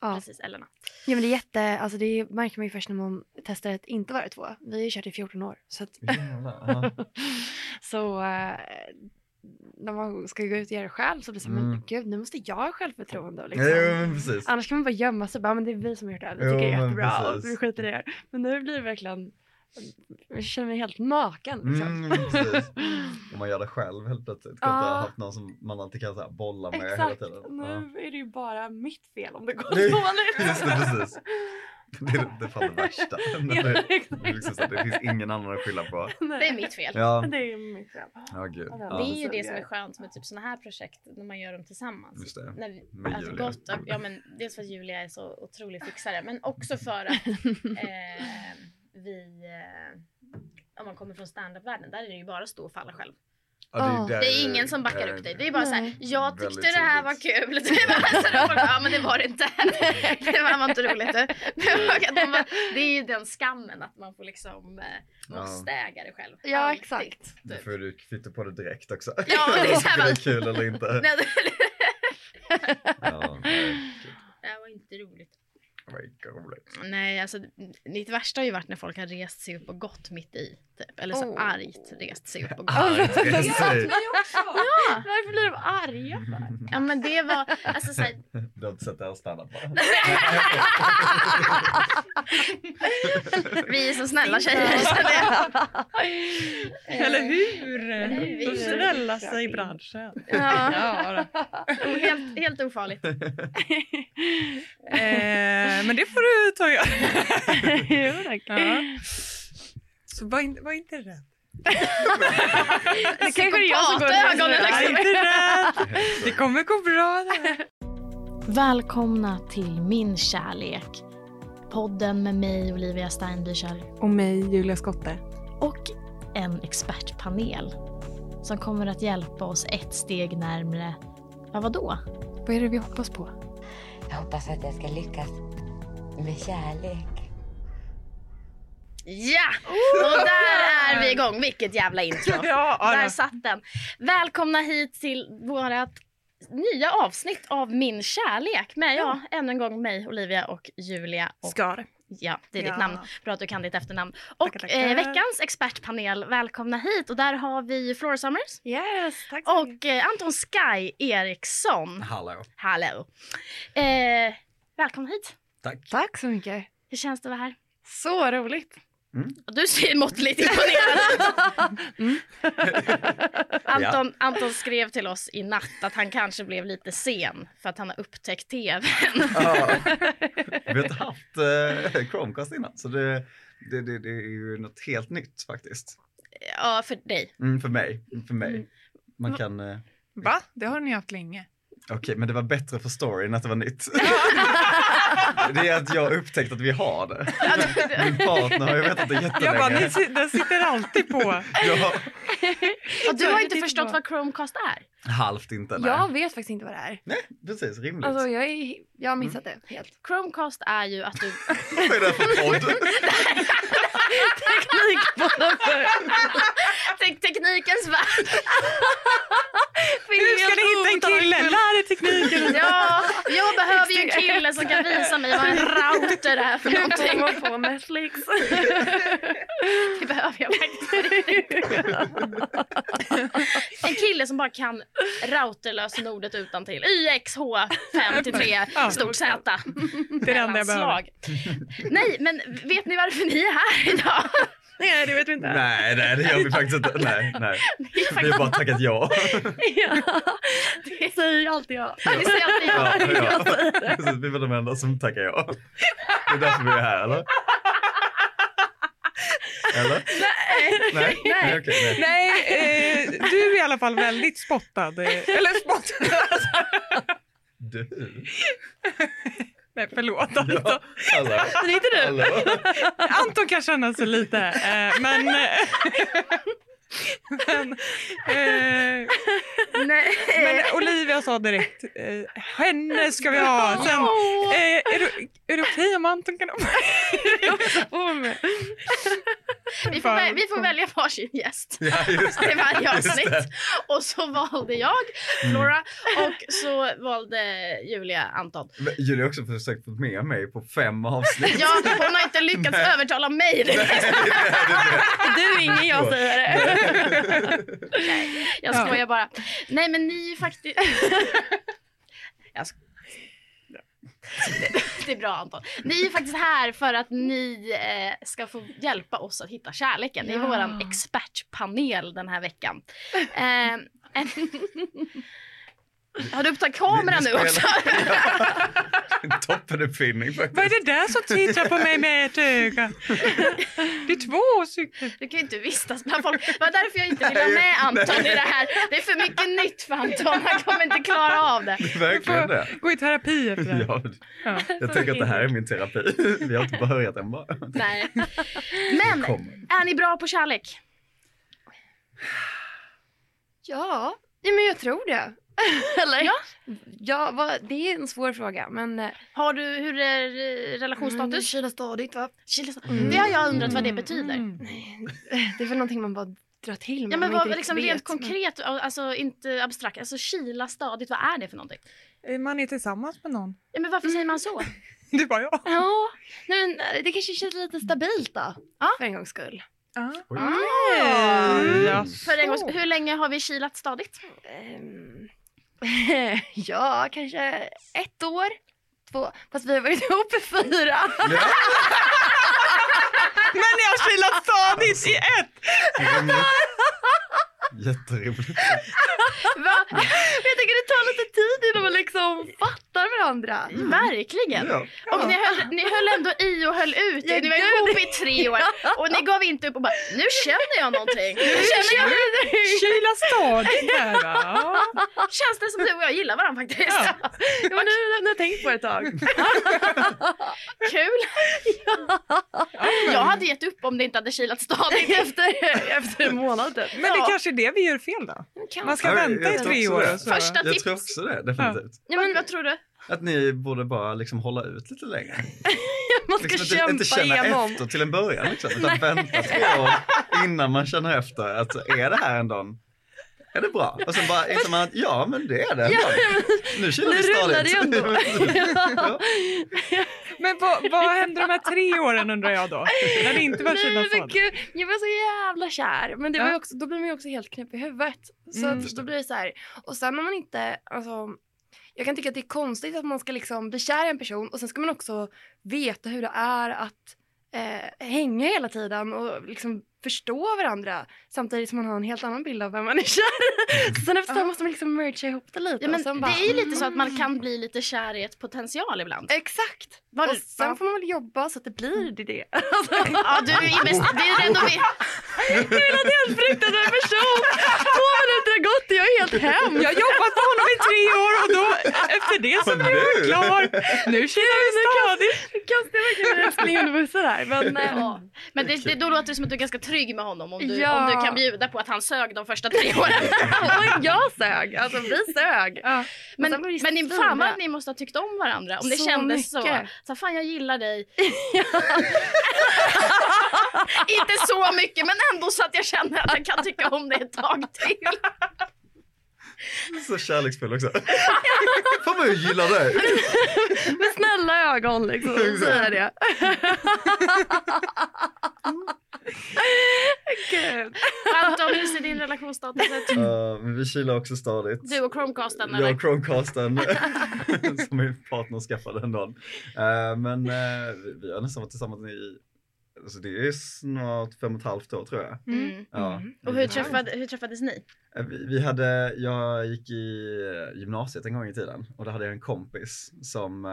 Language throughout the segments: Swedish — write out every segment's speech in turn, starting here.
Ja. precis Ellerna. Ja men det är jätte, alltså det märker man ju först när man testar att inte vara två. Vi har ju kört i 14 år. Så, att, Jävlar. Ja. så eh, när man ska gå ut och göra det själv så blir det så här, men Mm. gud nu måste jag ha självförtroende. Och Jo, liksom. men precis. Annars kan man bara gömma sig och bara, men det är vi som har gjort det här, vi Jo, tycker det är men jättebra och precis. vi skiter i det här. Men nu blir det verkligen, jag känner mig helt naken. Liksom. Mm, precis. Om man gör det själv helt plötsligt. Kan inte Ja. ha haft någon som man alltid kan så här, bolla med Exakt, hela tiden. nu Ja. är det ju bara mitt fel om det går Nej, dåligt. Just det, precis. Det är, det är fan det värsta. Ja, Det, exakt. det, är liksom så här, det finns ingen annan att skylla på. Nej, Det är mitt fel. Ja, Det är mitt fel. ja gud. Ja, Det Ja. är ju det precis. som är skönt med typ sådana här projekt när man gör dem tillsammans. Just det. När vi, Med alltså Julia. gott och, ja, men dels för att Julia är så otrolig fixare men också för att eh, vi, eh, om man kommer från standup-världen, där är det ju bara att stå och falla själv. Ja, Det är ingen som backar upp dig. Det är eh, bara såhär, Nej. jag tyckte Väldigt det här var tydligt. kul. Det var så där folk, bara, ja men det var det inte. Det var, var inte roligt. du." Men att de bara- Det är ju den skammen att man får liksom, eh, Ja. måste äga det själv. Ja, Alltid, typ. exakt. Då får du flytta på det direkt också. Ja, men det är så här Om det är bara- kul eller inte. Nej, det- Ja, nej, gud. det här var inte roligt. Det var inte roligt. Nej, alltså mitt värsta har ju varit när folk har rest sig upp och gått mitt i. Typ. Eller så Oh. argt rest sig upp och gått. Arg Varför resa. varför blir de arga? Ja men det var, alltså såhär, Du har inte sett det här stand-up va? vi är så snälla tjejer. Så det, Eller Eh, hur? hur? De snälla sig i branschen. ja, Ja, då. Eh, helt, helt ofarligt. eh, men det får du ta och göra. jo tack. Ja. Så var, in, var inte rädd. Det kanske det är jag som går Psykopat i och ögonen, Var liksom. inte rädd. Det kommer gå bra det här. Välkomna till Min kärlek. Podden med mig Olivia Steinbücher Och mig, Julia Skotte. och en expertpanel som kommer att hjälpa oss ett steg närmre, ja vadå? Vad är det vi hoppas på? Jag hoppas att jag ska lyckas med kärlek. Ja! Och där är vi igång. Vilket jävla intro. Ja, Där Ara. satt den. Välkomna hit till vårat nya avsnitt av Min kärlek med ja, ännu en gång mig, Olivia och Julia. Och, Skar. ja, det är Ja. ditt namn. Bra att du kan ditt efternamn. Och Tackar, tackar. Eh, veckans expertpanel, välkomna hit. Och där har vi Flora Summers Yes, tack så mycket. och eh, Anton Sky Eriksson. Hallå. Hallå! Eh, välkommen hit. Tack. Tack så mycket. Hur känns det att vara här? Så roligt. Du ser måttligt imponerad ut. Anton, Anton skrev till oss i natt att han kanske blev lite sen för att han har upptäckt tv. Ja. Vi har inte haft eh, Chromecast innan så det, det, det, det är ju något helt nytt faktiskt. Ja, för dig. Mm, för mig. För mig. Mm. Man kan... Eh, Va? Det har ni haft länge. Okej, men det var bättre för storyn att det var nytt. det är att jag har upptäckt att vi har det. Min partner har ju vetat det Jag bara, ni, jättelänge. si- den sitter alltid på. Jag, Och du har inte Titta förstått på. vad Chromecast är. halvt inte, nej. Jag vet faktiskt inte vad det är. Nej, precis, rimligt. Alltså jag, är, jag har missat Mm. det helt. Chromecast är ju att du... Vad är det här för podd? Teknikpodden för Tek- teknikens värld. Hur ska ni hitta en kille? Lär er tekniken. Ja, jag behöver ju en kille som kan visa mig vad en router är för Hur kommer någonting. man på liksom. Netflix? Det behöver jag faktiskt. En kille som bara kan routerlösenordet utan till. YXH53 stort Z. Det är det enda jag behöver. Mellanslag. Nej, men vet ni varför ni är här idag? Nej, det vet vi inte. nej, nej, det gör vi faktiskt inte. Nej, nej. Vi har bara tackat ja. Det säger alltid jag. Ni ser alltid ja, jag. ja. Precis, vi var de enda som tackade ja. Det är därför vi är här, eller? Eller? Nej. Nej, nej. okej, nej. Nej, eh, du är i alla fall väldigt spottad. eh, Eller spottad. Du. Nej, förlåt Anton. Ja, hallå. Men inte du? hallå. Anton kan känna sig lite, eh, men... eh, men, eh, Nej. men Olivia sa direkt, eh, henne ska vi ha. Sen, eh, är, du, är det okej om Anton kan... Om. Vi får, vä- vi får välja varsin gäst. Ja, just Det det. var jag Just avsnitt. det. Och så valde jag Flora Mm. och så valde Julia Anton. Men Julia har också försökt få med mig på fem avsnitt. Ja, hon har inte lyckats övertala mig. Du är ingen jag säger det. Jag Ja. skojar bara. Nej men ni är faktiskt... jag sk- Bra. Det- Det är bra Anton. Ni är faktiskt här för att ni eh, ska få hjälpa oss att hitta kärleken. Ni är Ja. vår expertpanel den här veckan. Eh, har du upp tagit kameran Vi- nu vi också? En toppenuppfinning Vad är faktiskt. det där som tittar på mig med ett öga? Det är två stycken. Du kan ju inte vistas bland folk. Det var därför jag inte ville ha med Anton i det här. Det är för mycket nytt för Anton. Han kommer inte klara av det. Det är Verkligen det. Gå i terapi efter det här. Ja, Ja. jag tänker att det här är min terapi. Vi har inte börjat än bara. Nej. Men Kommer. är ni bra på kärlek? Ja, ja, men jag tror det. Eller? Ja. ja vad, det är en svår fråga, men... eh, Har du, hur är eh, men relationsstatus? Kyla Mm, stadigt, va? Kylis- Mm. Det har jag undrat vad det betyder. Mm. Det är väl någonting man bara drar till Ja man men inte vad, riktigt liksom vet, rent men- konkret, alltså inte abstrakt, alltså kila stadigt, vad är det för någonting? Eh, Man är tillsammans med någon. Ja men varför säger man så? Det var jag. Ja, nej, men eh, det kanske känns lite stabilt då. Ja. För en gångs skull. Ah. Oj. Mm. Mm. För en gång, hur länge har vi kilat stadigt? Ehm, ja, kanske ett år. Två. Fast vi har varit ihop i fyra. Ja, Men jag har kilat stadigt i ett! det är roligt. Jätteroligt. Va? Jag tycker det tar lite tid innan man liksom fattar varandra. Verkligen! Ja. Och ni höll, ni höll ändå i och höll ut. Ja, ni var gud. ihop i tre år och ni gav inte upp och bara nu känner jag någonting. Nu känner jag, Kila stadigt där va? känns det som du och jag gillar varandra faktiskt. Ja. Ja, men nu, nu har jag tänkt på det ett tag. Kul! Mm. Jag hade gett upp om det inte hade kilat stadigt. efter, efter en månad typ. Men det kanske är det vi gör fel då. Man ska Ja, jag vänta i tror tre också år. det. och Så. Första- Jag tror tips. också det, definitivt. Ja, men vad tror du? Att ni borde bara liksom hålla ut lite längre. Man ska Liksom kämpa inte, inte känna igenom. efter till en början liksom, utan vänta tre år innan man känner efter att är det här en dag Är det bra? Och sen bara inser man att ja men det är det ändå. Nu kilar Nu vi rullar det stadigt. ändå. Ja. Men vad, vad händer de här tre åren undrar jag då? När det inte var Nej, kilat men stadigt. gud, jag var så jävla kär. Men det var ju Ja. också, då blir man ju också helt knäpp i huvudet. Så Mm. att, då blir det så här. Och sen om man inte, alltså, jag kan tycka att det är konstigt att man ska liksom bli kär i en person och sen ska man också veta hur det är att eh, hänga hela tiden och liksom förstå varandra samtidigt som man har en helt annan bild av vem man är kär i. Så sen efter det måste man liksom mergea ihop det lite. Ja, men och sen bara, det är ju lite så att man kan bli lite kär i ett potential ibland. Exakt! Var och du, sen får man väl jobba så att det blir Mm. det. det. ja, du är invest- det är ändå vi- Jag vill att helt fruktansvärd person! Två minuter har gått och jag är helt hem. Jag har jobbat på honom i tre år och då, efter det så Och blev jag nu? klar. Nu kilar vi stadigt. Nu kastar jag verkligen en älskling under bussen här. Men, eh, Ja. Men det, det, då låter det som att du är ganska trygg med honom om du, Ja. om du kan bjuda på att han sög de första tre åren. och jag sög, alltså vi sög. Ja. Men, Men, men ni, fan vad ni måste ha tyckt om varandra om det Så kändes så. mycket. Så fan jag gillar dig. Inte så mycket men ändå så att jag känner att jag kan tycka om dig ett tag till. Så kärleksfull också. Fan vad jag gillar dig. Mm. med snälla ögon liksom, så säger jag det. Gud. Anton hur ser din relationsstatus ut? Ja, men vi kilar också stadigt. Du och Chromecasten Jag eller? och Chromecasten som min partner skaffade en dag. Eh, men eh, vi- vi har nästan varit tillsammans i, alltså det är snart fem och ett halvt år tror jag. Mm. Ja. Mm. Och hur, träffade, hur träffades ni? Eh, Vi, vi hade, jag gick i gymnasiet en gång i tiden och då hade jag en kompis som, eh,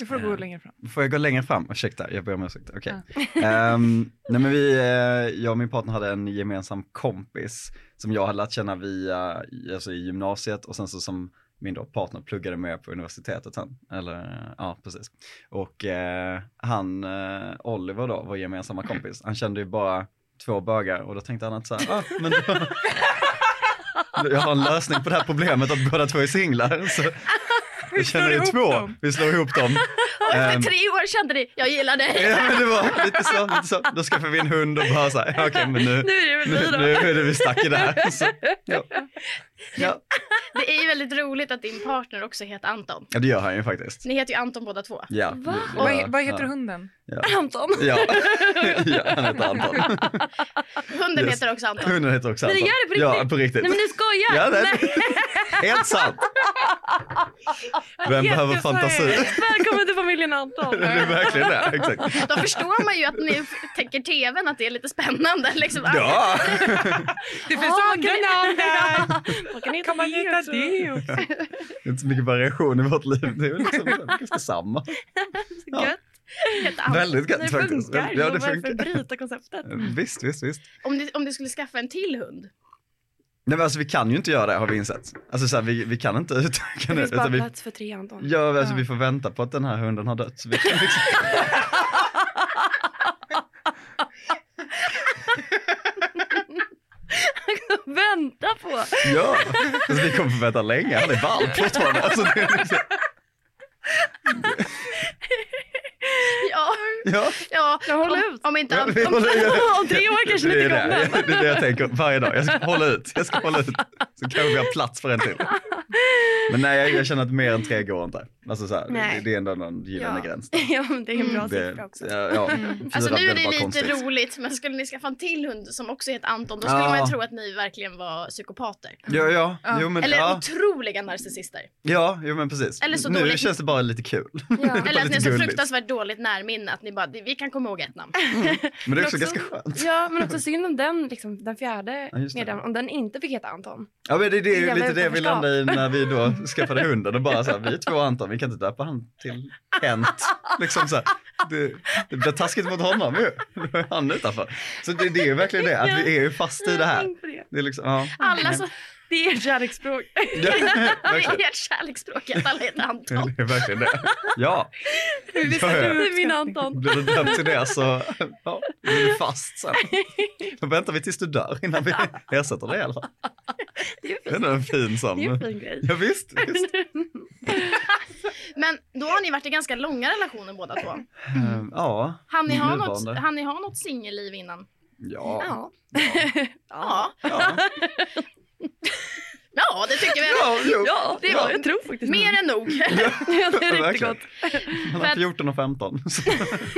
Nu får du gå längre fram. får jag gå längre fram? Ursäkta, jag ber om ursäkt. Okej. Ehm, nej men vi, eh, jag och min partner hade en gemensam kompis som jag hade lärt känna via, i- alltså i gymnasiet och sen så som min då partner pluggade med på universitetet sen. Eller ja, precis. Och eh, han, eh, Oliver då, vår gemensamma kompis, han kände ju bara två bögar och då tänkte han att så här, ah, men då, jag har en lösning på det här problemet att båda två är singlar. Så Hur jag känner er slår du ihop två. dem? Vi slår ihop dem. Och efter Ehm. tre år kände ni, jag gillar dig. Ja, men det var lite så, lite så. Då skaffade vi en hund och bara så här, okej men nu, Nu är det väl nu, vi nu då. är det vi stack i det här. Så, ja. Ja. Det är ju väldigt roligt att din partner också heter Anton. ja, det gör han ju faktiskt. Ni heter ju Anton båda två. Ja. Va? Ja, Vad, vad heter ja. hunden? Anton. Ja. ja, han heter Anton. Hunden Yes. heter också Anton. Hunden heter också Nej, det Anton. gör det på Ja, riktigt. på riktigt. Nej men du skojar! Ja, nej. nej. Helt sant. Vem behöver fantasi? Välkommen till familjen Anton. Det är verkligen det, exakt. Då förstår man ju att ni f- tänker tvn att det är lite spännande. Liksom. Ja, Det finns Ah, andra kan namn där. Man kan heta Kan man hitta också. det också? det är inte så mycket variation i vårt liv. Det är väl liksom ganska samma. Ja. Gött. Heter Anton. Väldigt Det gött faktiskt. funkar. Ja, Man det behöver funkar. bryta konceptet. Eh, Visst, visst, visst. Om, ni, om du skulle skaffa en till hund. Nej men alltså vi kan ju inte göra det har vi insett. Alltså så här, vi, vi kan inte utöka Det nu. finns bara Utan alltså, vi, plats för tre Anton. ja, alltså, Ja. vi får vänta på att den här hunden har dött. Så vi kan liksom... Vänta på! Ja, alltså, vi kommer få vänta länge. Han är valp fortfarande. Alltså, det är liksom... Ja, ja. ja. Jag håller om, ut. om inte Ja, Anton... vi håller- Om tre år kanske ni det, inte är det. kommer. det är det jag tänker varje dag. Jag ska hålla ut. Jag ska hålla ut. Så kanske vi har plats för en till. Men nej, jag, jag känner att mer än tre går inte. Alltså så här, det, Nej. det är ändå någon gyllene Ja. gräns. Ja, men det är en bra siffra Mm. Det, också. ja, ja. Alltså Fyra nu är blev det bara lite konstigt. roligt men skulle ni skaffa en till hund som också heter Anton då skulle Ja. man ju tro att ni verkligen var psykopater. Ja, ja. Ja. Jo, men, Eller ja. otroliga narcissister. ja, jo men precis. Eller så nu dåligt. känns det bara lite kul. Ja. Eller att ni lite har så gulligt. fruktansvärt dåligt närminne att ni bara, vi kan komma ihåg ett namn. Men det är Men också också- ganska skönt. Ja, men också synd om den, liksom, den fjärde Ja, just det. medlemmen, om den inte fick heta Anton. Ja men det, det är ju Jävla lite det vi utanförskap. landade i när vi då skaffade hunden och bara så här, vi är två Anton, vi kan inte döpa han till Kent. Liksom så här, det, det blir taskigt mot honom ju. Då är han utanför. Så det, det är ju verkligen det, att vi är ju fast i det här. Tänk på det. Det är liksom, ja. Alla som Det är ert kärleksspråk. Ja, Mm. verkligen. i ert kärleksspråk att alla heter Anton. Det är verkligen det. Ja, Hur Ja, ja. Det du är min uppskattning? Anton. blir du döpt till det så ja, blir du fast sen. Då väntar vi tills du dör innan vi ersätter dig i alla fall. Det är ju Det är fint. ändå en fin Det är ju en sam. fin grej. Mm. Ja visst, visst. Men då har ni varit i ganska långa relationer båda två. Ehm, Ja, Hann ni ha något, Nuvarande. hann ni ha något singelliv innan? ja, Ja. Ja. ja, Ja, det tycker vi. ja, jo. Ja, det var, Ja. jag tror faktiskt Mer än nog. Ja, det är riktigt Verkligen. gott. Mellan Men- 14 och 15. Så,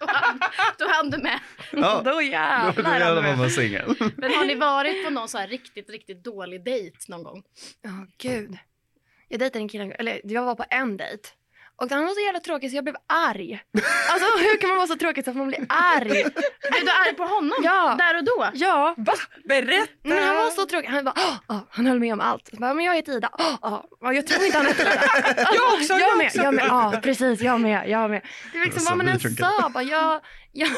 Då hann- Då hann du med. ja, Då då, då jävlar. Mm. jävlar var Anna. man singel. Men har ni varit på någon så här riktigt, riktigt dålig dejt någon gång? Ja, gud. Jag dejtade en kille, eller jag var på en dejt. Och han var så jävla tråkig så jag blev arg. Alltså hur kan man vara så tråkig så att man blir arg? Blev du arg på honom? Ja. Där och då? Ja, Va? Berätta! men han var så tråkig. Han bara, "Åh, åh." han höll med om allt. Jag bara, men jag heter Ida. "Åh, åh." Ja, jag tror inte han hette Ida. Jag också! Jag med, också. jag med. Ja, precis, jag med, jag med. Det var liksom Så vad man vi än funkar. sa. Bara, jag, jag,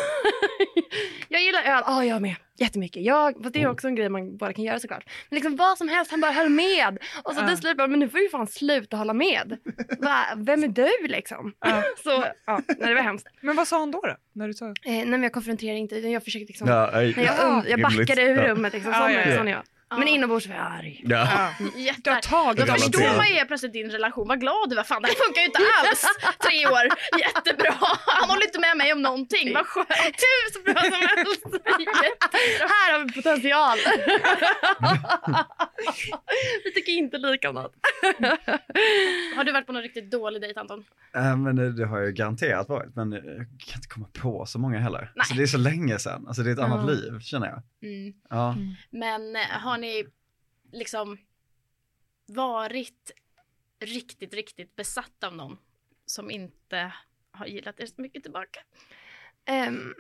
jag gillar öl. Ja, jag med. Jättemycket. Jag, fast Mm. det är också en grej man bara kan göra såklart. Men liksom vad som helst, han bara höll med. Och så Ja. till slut bara, men nu får ju fan sluta hålla med. Va, vem är du liksom? Ja. Så, ja, nej, det var hemskt. Men vad sa han då? då? När du sa... Eh, nej, men jag konfronterade inte, utan jag försökte liksom. Ja, ej. Nej, jag, und- jag Rimligt. backade ur Ja. rummet liksom. Ja, Sån, ja, är- ja. sån är jag. Ja. Men inombords var jag arg. Ja. Ja. Du har Jättearg. Då tagit Jag förstår relaterar. man ju helt plötsligt din relation. Vad glad du var. Fan, det här funkar ju inte alls. Tre år. Jättebra. Han håller inte med mig om någonting. Vad skönt. Tusen bra som helst. Här har vi potential. vi tycker inte lika om något. Har du varit på någon riktigt dålig dejt Anton? Äh, men det, det har jag garanterat varit, men jag kan inte komma på så många heller. Nej. Så det är så länge sedan, alltså det är ett annat Ja. Mm. liv känner jag. Mm. Ja. Men eh, har ni liksom varit riktigt, riktigt besatt av någon som inte har gillat er så mycket tillbaka? Ehm,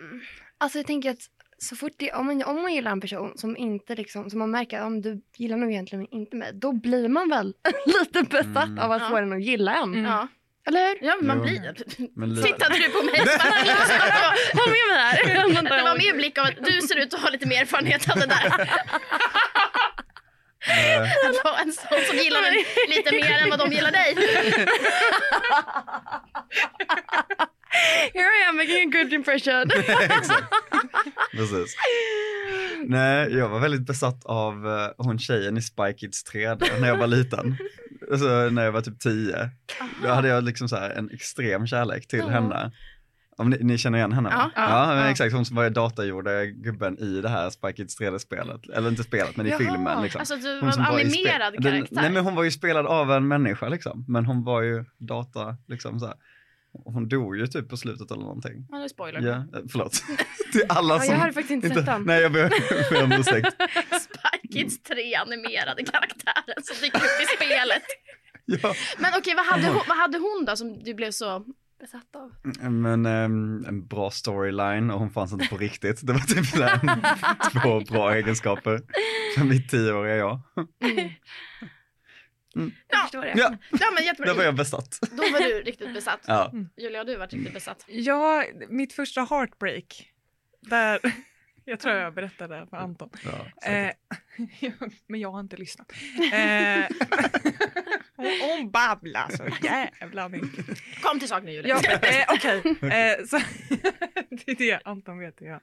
alltså jag tänker att så fort det, om, man, om man gillar en person som inte liksom, som man märker om du gillar nog egentligen inte mig, då blir man väl lite besatt Mm. av att få Ja. den att gilla en. Mm. Ja, Eller hur? ja men man Jo. blir det. Men lite. Tittade du på mig? Det var- Ha med mig här. Det var mer blick av att du ser ut att ha lite mer erfarenhet av det där. Eh, Att vara en sån som gillar den lite mer än vad de gillar dig. Alltså, Here I am making a good impression. Exakt. Precis. Nej, jag var väldigt besatt av eh, hon tjejen i Spy Kids 3 där, när jag var liten. Alltså, när jag var typ 10. Då hade jag liksom så här en extrem kärlek till Ja. henne. Om ni, ni känner igen henne? va? Ja. ja, men Ja. exakt. Hon som var datagjorda gubben i det här Spy Kids 3D-spelet. Eller inte spelet, men i Jaha. filmen. Liksom. Alltså du Hon var en som var i spe- animerad den- karaktär. Nej men hon var ju spelad av en människa liksom. Men hon var ju data liksom så här. Hon dog ju typ på slutet eller någonting. Ja, det är spoiler. Ja, eh, förlåt. Till alla Ja, som jag hade faktiskt inte sett den. Nej jag ber ber om ursäkt. Sparkits tre animerade karaktärer som dyker upp i spelet. Ja. Men okej, vad, hade hon, vad hade hon då som du blev så besatt av? Men ehm, en bra storyline och hon fanns inte på riktigt. Det var typ så här två bra egenskaper för mitt tioåriga jag. Jag förstår det. Ja, Ja men där var jättebra. jag besatt. Då var du riktigt besatt. Ja. Julia, har du varit riktigt besatt? Ja, mitt första heartbreak. Där, jag tror jag berättade för Anton. ja säkert. Eh, men jag har inte lyssnat. Eh, hon, hon babblar så jävla mycket. Kom till sak nu Julia. Ja, eh, okej. Eh, så- det är det Anton vet hur jag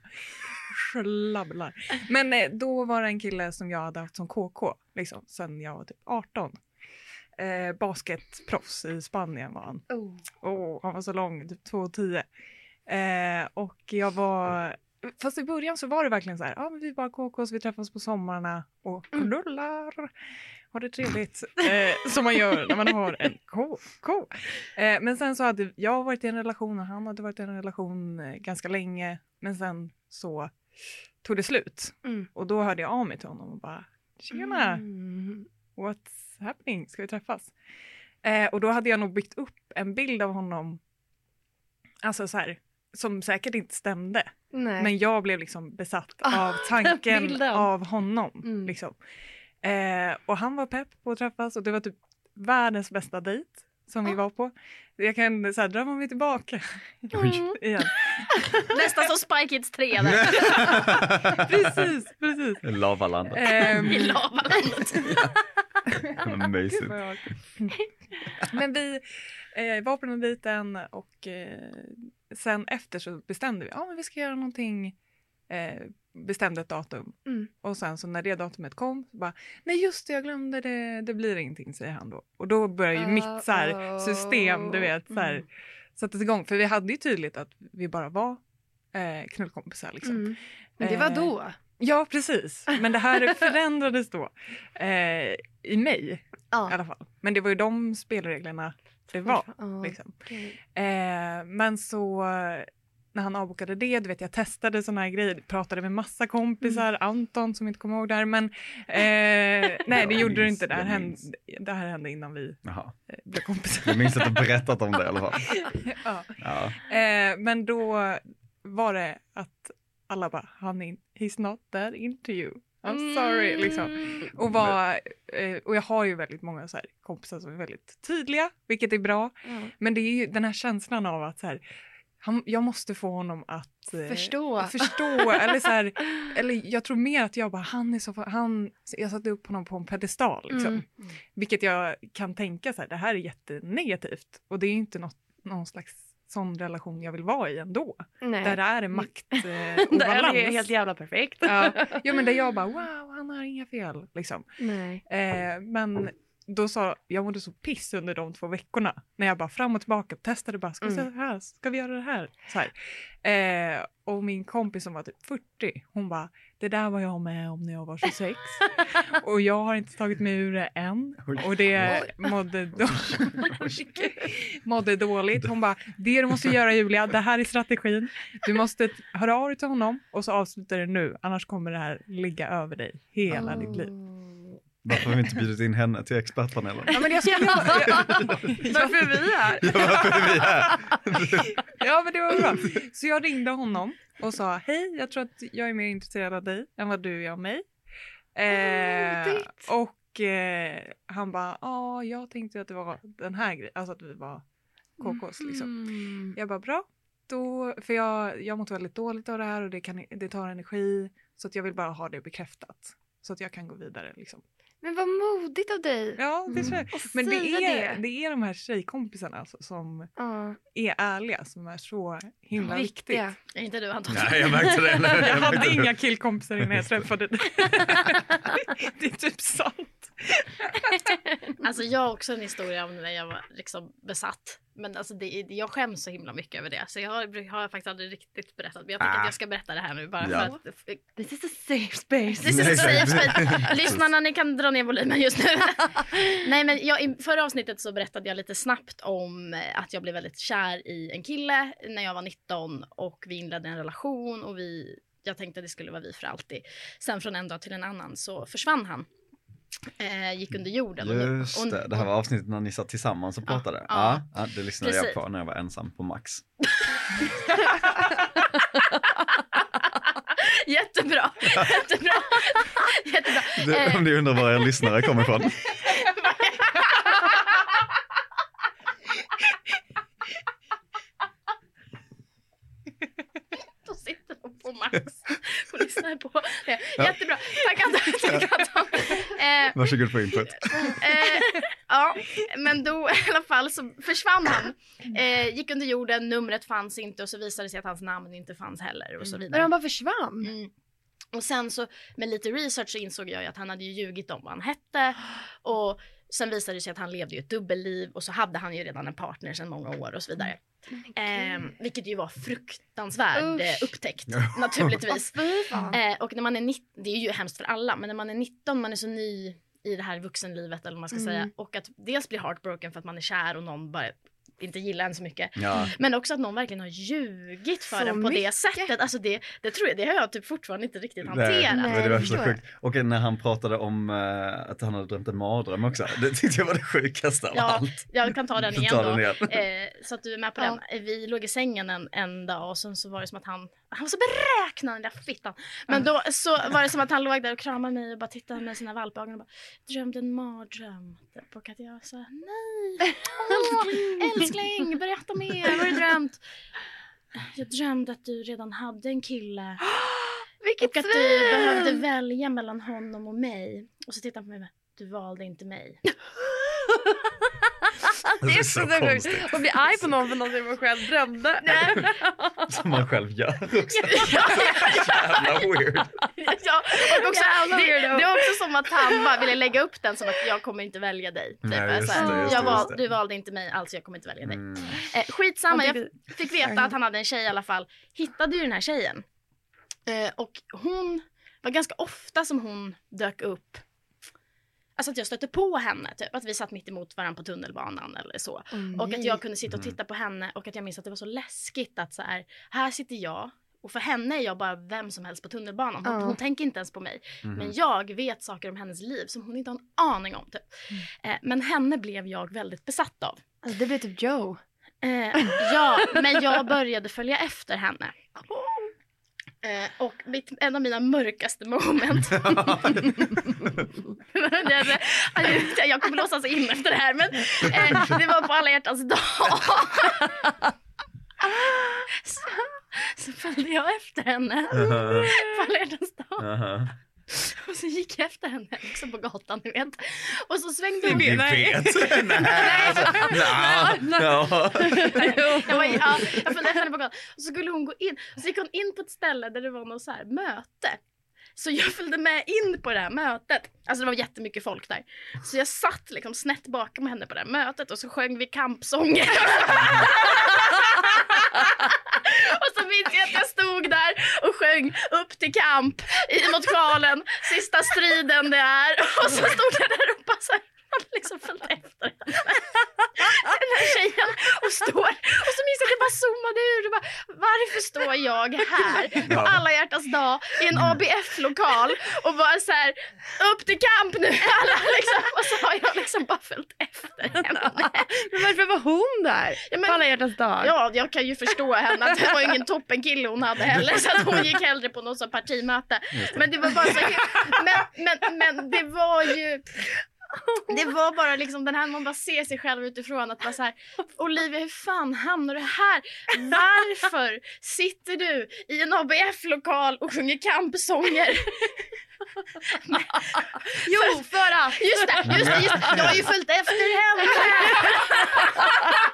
slabblar. Men eh, då var det en kille som jag hade haft som KK liksom, sen jag var typ 18. Eh, basketproffs i Spanien var han. Oh. Åh, han var så lång, typ 2,10. Eh, och jag var... Fast i början så var det verkligen så här, ja men vi är bara KKs, vi träffas på sommarna och knullar. Har det trevligt. Eh, som man gör när man har en KK. Eh, men sen så hade jag varit i en relation och han hade varit i en relation eh, ganska länge. Men sen så tog det slut. Mm. Och då hörde jag av mig till honom och bara, tjena, Mm. what's happening, ska vi träffas? Eh, och då hade jag nog byggt upp en bild av honom, alltså så här, som säkert inte stämde. Nej. Men jag blev liksom besatt Ah, av tanken bilden. av honom. Mm. Liksom. Eh, och han var pepp på att träffas och det var typ världens bästa dejt som vi Ah. var på. Jag kan så här, drömma mig tillbaka Mm. igen. Nästan som Spy Kids 3 där. precis, precis. Lavalandet. Ehm, I lavalandet. Amazing. Gud, vad jag- Men vi eh, var på den dejten och eh, sen efter så bestämde vi, ja men vi ska göra någonting, eh, bestämde ett datum. Mm. Och sen så när det datumet kom, så bara, nej just det jag glömde det, det blir ingenting säger han då. Och då börjar ju mitt så här, system, du vet, så här, Mm. sattes igång. För vi hade ju tydligt att vi bara var eh, knullkompisar liksom. Mm. Men det var då. Ja precis, men det här förändrades då eh, i mig i Ja. alla fall. Men det var ju de spelreglerna det var. Liksom. Eh, men så eh, när han avbokade det, du vet jag testade såna här grejer, pratade med massa kompisar, Anton som inte kommer ihåg det här, men eh, nej det Jag gjorde du minns, inte, det här, jag hände, minns. det här hände innan vi Jaha. eh, blev kompisar. Jag minns att du berättat om det i alla fall. ja. Ja. eh, men då var det att alla bara, han är in, he's not that into you, I'm sorry, liksom. Mm. Och, var, eh, och jag har ju väldigt många så här kompisar som är väldigt tydliga, vilket är bra. Ja. Men det är ju den här känslan av att så här, han, jag måste få honom att eh, Förstå. förstå eller, så här, eller jag tror mer att jag bara, han är så, han, så jag satte upp honom på en pedestal. Liksom. Mm. Vilket jag kan tänka så här, det här är jättenegativt. Och det är ju inte något, någon slags sån relation jag vill vara i ändå. Nej. Där det är en makt eh, Det är ju obalans. helt jävla perfekt. ja. ja, men där jag bara, wow, han har inga fel. Liksom. Nej. Eh, men då sa jag mådde så piss under de två veckorna när jag bara fram och tillbaka testade bara ska vi Mm. göra det här, ska vi göra det här? Så här. Eh, och min kompis som var typ 40, hon bara det där var jag med om när jag var 26 och jag har inte tagit mig ur det än Oj. och det mådde, då- mådde dåligt. Hon bara det du måste göra Julia, det här är strategin. Du måste t- höra av dig till honom och så avslutar du nu annars kommer det här ligga över dig hela ditt liv. Varför har vi inte bjudit in henne till expertpanelen? Ja, men jag skulle, Mm. Ja. Varför är vi här? Ja, varför är vi här? Ja, men det var bra. Så jag ringde honom och sa hej, jag tror att jag är mer intresserad av dig än vad du är av mig. Eh, modigt. och eh, han bara, ja, jag tänkte att det var den här grejen, alltså att vi var KKs liksom. Mm. Jag bara bra. Då, för jag, jag mått väldigt dåligt av det här och det, kan, det tar energi. Så att jag vill bara ha det bekräftat. så att jag kan gå vidare. Liksom. Men vad modigt av dig. Ja, det tror jag. Mm. att Men det säga är, det är de här tjejkompisarna alltså, som Ja, är ärliga som är så himla viktigt. viktiga. Inte du Anton. Nej, jag märkte det. Jag Jag hade märkte det. inga killkompisar innan jag träffade dig. det är typ sant. Alltså jag har också en historia om när jag var liksom besatt. Men alltså det, är- jag skäms så himla mycket över det. Så jag har, har faktiskt aldrig riktigt berättat. Men jag tänker Ah. att jag ska berätta det här nu bara Ja. för att This is a safe space. This is a safe Exakt. space. Lyssnarna, ni kan dra ner volymen just nu. Nej, men jag, I förra avsnittet så berättade jag lite snabbt om eh, att jag blev väldigt kär i en kille när jag var 19 och vi inledde en relation och vi, jag tänkte att det skulle vara vi för alltid. Sen från en dag till en annan så försvann han. Eh, gick under jorden. Och nu- och- Just det, det här var avsnittet när ni satt tillsammans och Ja, pratade. Ja, ja. ja, det lyssnade Precis. jag på när jag var ensam på Max. Jättebra, jättebra, jättebra. Du, om ni undrar var er lyssnare kommer ifrån. Då sitter de på Max och lyssnar på det. Jättebra. Tack Anton. Tack, Anton. Eh, Varsågod för input. eh, ja, men då i alla fall så försvann han. Eh, gick under jorden, numret fanns inte och så visade det sig att hans namn inte fanns heller och så Mm. Men vidare. de bara försvann. Mm. Och sen så med lite research så insåg jag ju att han hade ju ljugit om vad han hette. Och sen visade det sig att han levde ju ett dubbelliv och så hade han ju redan en partner sedan många år och så Mm. vidare. Ehm, vilket ju var fruktansvärd Usch. eh, upptäckt naturligtvis. Åh, fy fan. Eh, och när man är 19, det är ju hemskt för alla, men när man är 19, man är så ny i det här vuxenlivet eller vad man ska Mm. säga. Och att dels bli heartbroken för att man är kär och någon bara inte gillar en så mycket. Ja. Men också att någon verkligen har ljugit för Så en på det mycket. sättet. Alltså det, det tror jag, det har jag typ fortfarande inte riktigt Nej, hanterat. men det var så Nej, det sjukt. Och när han pratade om eh, att han hade drömt en mardröm också. Det tyckte jag var det sjukaste av Ja, allt. jag kan ta den igen Ta då. den igen. Eh, så att du är med på Ja. den. Eh, Vi låg i sängen en, en dag och sen så var det som att han, han var så beräknande den där fittan. Men då så var det som att han låg där och kramade mig och bara tittade med sina valpögon och bara drömde en mardröm. Och att jag sa nej, åh, älskling berätta mer, vad har du drömt? Jag drömde att du redan hade en kille Vilket och att svin! du behövde välja mellan honom och mig. Och så tittade han på mig och bara, du valde inte mig. Det är så, så sjukt. konstigt. Att bli arg på någon för någonting man själv drömde. Som man själv gör också. Ja. Jävla weird. Ja, Alltså, och också, Jävla det, weirdo. det var också som att han bara ville lägga upp den som att jag kommer inte välja dig. Typ. Nej, just Så här, det, just jag det, val, just det. Du valde inte mig, alltså jag kommer inte välja dig. Mm. Eh, skitsamma, jag Han tycker- fick veta att han hade en tjej i alla fall. Hittade ju den här tjejen. Eh, och hon var ganska ofta som hon dök upp. Alltså att jag stötte på henne, typ. Att vi satt mitt emot varandra på tunnelbanan eller så. Åh, Och att nej. jag kunde sitta och Mm. titta på henne och att jag minns att det var så läskigt att så här, här sitter jag och för henne är jag bara vem som helst på tunnelbanan. Hon, Ja. hon tänker inte ens på mig. Mhm. Men jag vet saker om hennes liv som hon inte har en aning om. Typ. Mm. Eh, men henne blev jag väldigt besatt av. Alltså, det blev typ Joe. Eh, ja, men jag började följa efter henne. Eh, och mitt, en av mina mörkaste moment jag, jag kommer låsas in efter det här men eh, det var på alla hjärtans dag. Så, så följde jag efter henne Aha, på alla hjärtans dag aha. och så gick jag efter henne liksom på gatan ni vet. Och så svängde Det hon. Ni Nej. vet. Nej, alltså, nja, ja. Jag, var, ja, jag följde efter henne på gatan och så skulle hon gå in. Och så gick hon in på ett ställe där det var något så här möte. Så jag följde med in på det här mötet. Alltså det var jättemycket folk där. Så jag satt liksom snett bakom henne på det här mötet och så sjöng vi kampsånger. och så minns jag att jag stod där och sjöng upp till kamp i mot kvalen, sista striden det är. Och så stod jag där och bara så här, liksom följde efter den här tjejen och står. Och så minns jag att jag bara zoomade ur och bara, varför står jag här på Ja. alla hjärtans dag i en ABF-lokal och bara så här, upp till kamp nu alla liksom. Och så har jag liksom bara följt efter henne. Men varför var hon där? Ja, På men, alla hjärtans dag. ja, jag kan ju förstå henne att det var ju ingen toppenkille hon hade heller så att hon gick hellre på något sånt partimöte. Just det. Men det var bara så men, men, men det var ju det var bara liksom den här, man bara ser sig själv utifrån att bara så här, Olivia hur fan hamnar du här? Varför sitter du i en ABF-lokal och sjunger kampsånger? Jo, för att. Just det, just det, just det. Du har ju följt efter henne.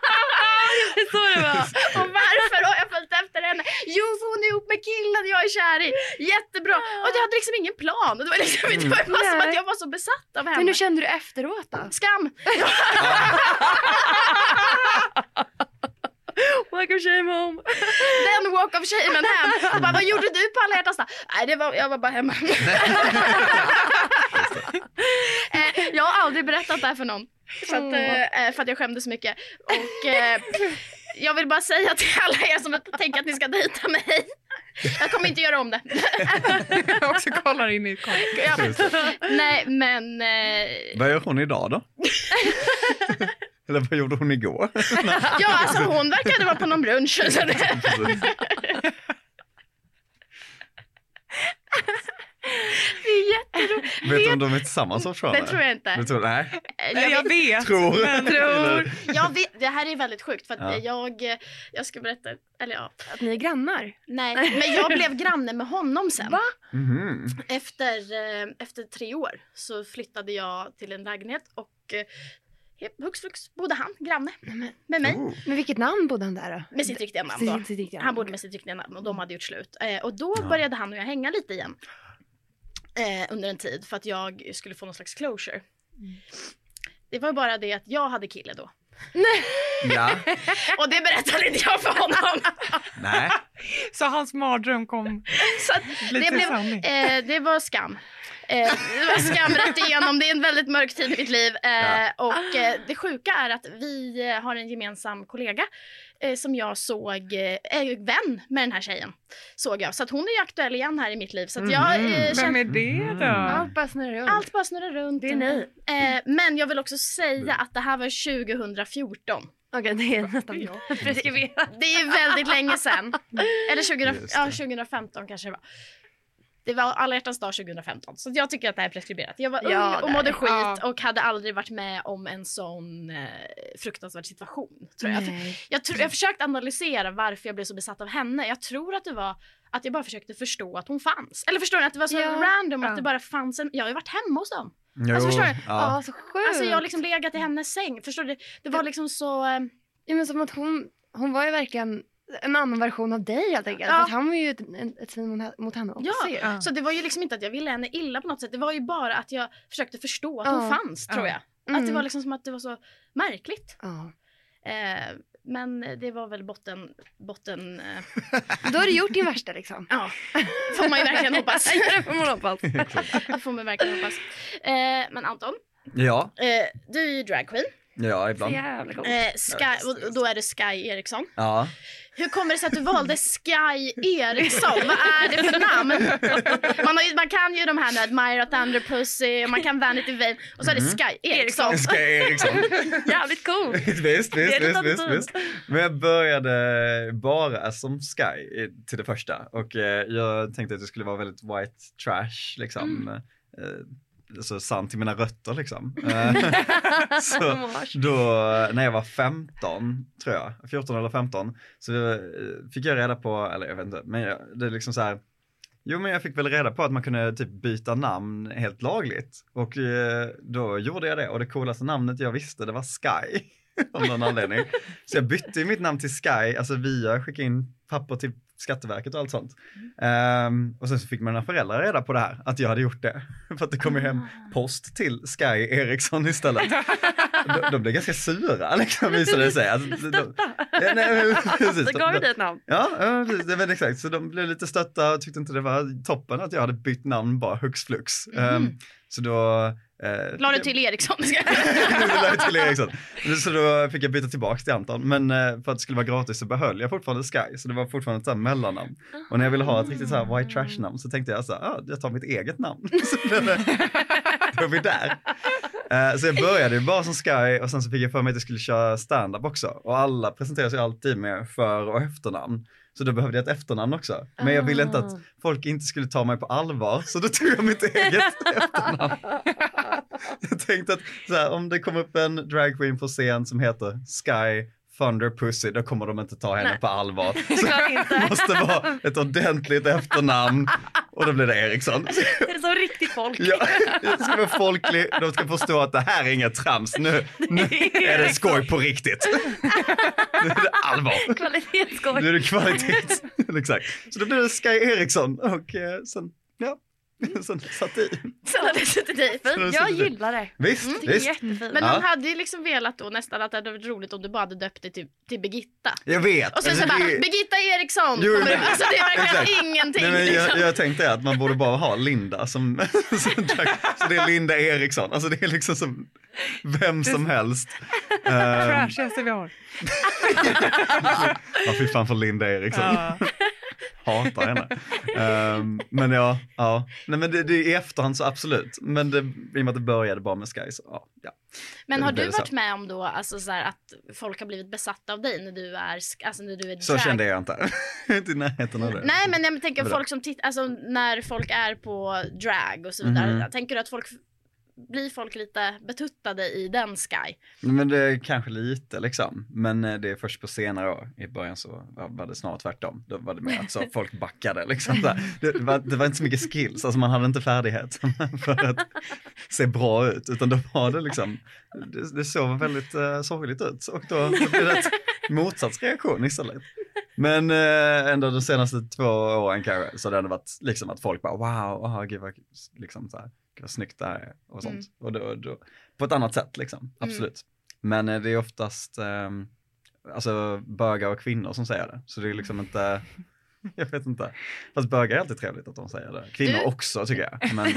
Så det var. Och varför har jag följt efter henne? Jo, för hon är ihop med killen jag är kär i. Jättebra. Och jag hade liksom ingen plan. Det var liksom det var bara som Nej. att jag var så besatt av henne. Men hur kände du efteråt alltså. då? Skam! Welcome shame home. Den walk of shame and hem. Och Bara, vad gjorde du på alla hjärtans dag? Nej, det var, jag var bara hemma. Eh, jag har aldrig berättat det här för någon. För att, Mm. eh, eh, för att jag skämdes så mycket. Och eh, jag vill bara säga till alla er som tänker att ni ska dejta mig. Jag kommer inte göra om det. Jag också kollar in i ett konto. Ja. Nej, men... Eh, Vad gör hon idag då? Eller vad gjorde hon igår? Ja, alltså hon verkade vara på någon brunch. Så det, Precis. det är jätteroligt. Vet du om de är tillsammans fortfarande? Det tror jag inte. Det tror, nej, Eh, Nej, Jag jag vet, vet. tror. men- Eller- jag vet, det här är väldigt sjukt för att Ja. jag, eh, jag ska berätta, eller ja, Att ni är grannar. nej, men jag blev granne med honom sen. Va? Mhm. Efter, eh, efter tre år så flyttade jag till en lägenhet och eh, helt hux flux bodde han granne med mig. Oh. Men vilket namn bodde han där då? Med sitt riktiga namn då. Sitt- sitt riktiga Han namn. bodde med sitt riktiga namn och de hade gjort slut. Eh, och då Ja. började han och jag hänga lite igen. Eh, under en tid för att jag skulle få någon slags closure. Det var bara det att jag hade kille då. Ja, Och det berättade inte jag för honom. nej. Så hans mardröm kom Så att lite det, i blev, sanning. eh, det var skam. Eh, det var skam rätt igenom. Det är en väldigt mörk tid i mitt liv. Eh, Ja. Och eh, det sjuka är att vi eh, har en gemensam kollega eh, som jag såg, eh, är vän med den här tjejen. Såg jag. Så att hon är ju aktuell igen här i mitt liv. Så att jag Mhm. eh, Vem känner är det då? Mm. Allt bara snurrar runt. allt bara snurrar runt. Det är ni. Eh, men jag vill också säga Mm. att det här var 2014. Okej, det är nästan jag. Preskriberat. Det är väldigt länge sedan. Eller 2000, Just det. ja, 2015 kanske det var. Det var alla hjärtans dag 2015. Så jag tycker att det här är preskriberat. Jag var ung Ja, och det mådde är- skit ja. och hade aldrig varit med om en sån eh, fruktansvärd situation. Tror jag. Alltså- Jag, tror, jag har försökt analysera varför jag blev så besatt av henne. Jag tror att det var att jag bara försökte förstå att hon fanns. Eller förstår ni? Att det var så Ja. random att Ja. det bara fanns en... Jag har ju varit hemma hos dem. Jo, Alltså, förstår du? Ja, ja. så sjukt. Alltså jag har liksom legat i hennes säng. Förstår du? Det var liksom så... Eh, ja, men som att hon, hon var ju verkligen en annan version av dig helt enkelt. Ja. För att han var ju ett, en- ett svin mot- mot henne också Ja. ju. Ja. Så det var ju liksom inte att jag ville henne illa på något sätt. Det var ju bara att jag försökte förstå att hon Ja. fanns tror Ja. jag. Mm. Att det var liksom som att det var så märkligt. Ja. Eh, men det var väl botten, botten, eh, Då har du gjort din värsta liksom. ja. Får man ju verkligen hoppas. det får man hoppas. Det får man verkligen hoppas. Eh, men Anton, ja, eh, du är ju dragqueen. ja, Så ibland. jävla coolt. Eh, Sky, och- och då är det Sky Eriksson. Ja. Hur kommer det sig att du valde Sky Eriksson? Vad är det för namn? Man, har ju, man kan ju de här nu, Admira Thunder Pussy, och man kan Vanity Vain och så är det Sky Eriksson. Ska Mm. Eriksson. Jävligt coolt. visst, visst, är lite visst, visst, annorlunda. visst. Men jag började bara som Sky eh, till det första och eh, jag tänkte att det skulle vara väldigt white trash liksom. Mm. Eh, så sant till mina rötter liksom. Eh, Så- då när jag var 15 tror jag, 14 eller 15, så eh, fick jag reda på, eller jag vet inte, men jag, det är liksom så här, jo men jag fick väl reda på att man kunde typ byta namn helt lagligt och eh, då gjorde jag det och det coolaste namnet jag visste det var Sky. Av någon anledning. Så jag bytte ju mitt namn till Sky, alltså via skicka in papper till Skatteverket och allt sånt. Ehm, och sen så fick mina föräldrar reda på det här, att jag hade gjort det. För att det kom ju hem Ah. post till Sky Eriksson istället. De, de blev ganska sura liksom visade det sig. Alltså, de, de, ja, nej, men precis, Då Alltså, gav vi de, dig ett namn. ja, ja, precis, det är väl exakt. Så de blev lite stötta och tyckte inte det var toppen att jag hade bytt namn bara hux flux. Ehm, Mhm. så då... Uh, La du till Eriksson? la jag till Eriksson. Så då fick jag byta tillbaka till Anton. Men eh, för att det skulle vara gratis så behöll jag fortfarande Sky. Så det var fortfarande ett så här mellannamn. Och när jag ville ha ett riktigt så här white trash namn så tänkte jag så här, ah, jag tar mitt eget namn. Så blev det- då är vi där. Eh, Så jag började ju bara som Sky och sen så fick jag för mig att jag skulle köra stand-up också. Och alla presenterar sig alltid med för och efternamn. Så då behövde jag ett efternamn också. Men jag ville inte att folk inte skulle ta mig på allvar så då tog jag mitt eget efternamn. Jag tänkte att så här, om det kommer upp en dragqueen på scen som heter Sky Thunder Pussy då kommer de inte ta henne på allvar. Så det måste vara ett ordentligt efternamn Och då blir det Eriksson. Det är som riktigt folk. Ja, det ska vara folklig, de ska förstå att det här är inget trams nu. Nu är det skoj på riktigt. Nu är det allvar. Kvalitetsskoj. Nu är det kvalitet. Exakt. Så då blir det Sky Eriksson och eh, sen, ja, sen satt i. Sen har det suttit i. Sen har det Jag suttit i. gillar det. Visst, Mm, visst. Jättefint. Men Ja. de hade ju liksom velat då nästan att det hade varit roligt om du bara hade döpt det till, till Birgitta. Jag vet. Och sen så Alltså, bara, det- Birgitta Eriksson! Jo, kommer men- upp. Alltså det är exakt. verkligen ingenting. Nej, men jag, liksom. jag tänkte att man borde bara ha Linda som, som så det är Linda Eriksson, alltså det är liksom som vem som helst. Um, Trashigaste vi har. ja, fy fan för Linda Eriksson, Ja. hatar henne. Ehm, men ja, ja. Nej, men det, det, i efterhand så absolut, men det, i och med att det började bara med Sky så ja. ja. Men har Det blir du så. varit med om då alltså så här, att folk har blivit besatta av dig när du är, sk- alltså, när du är Så drag? kände jag inte, inte i närheten av det. Nej men jag tänker Vadå? folk som tittar, alltså när folk är på drag och så vidare. Mhm. Tänker du att folk, blir folk lite betuttade i den sky? Men det är kanske lite liksom. Men eh, det är först på senare år. I början så var var det snarare tvärtom. Då var det mer att så folk backade liksom. Så här. Det var, det var inte så mycket skills, alltså man hade inte färdighet för att se bra ut. Utan då var det liksom, det, det såg väldigt uh, sorgligt ut. Och då blev det ett motsatsreaktion istället. Men eh, ändå de senaste två åren kanske så har det ändå varit liksom att folk bara wow, aha, gud vad, liksom så här, gud vad snyggt det här är och sånt. Mm. Och då, då, på ett annat sätt Mm. liksom, absolut. Men eh, det är oftast ehm, alltså bögar och kvinnor som säger det. Så det är liksom inte, jag vet inte. Fast bögar är alltid trevligt att de säger det. Kvinnor Du- också tycker jag. Men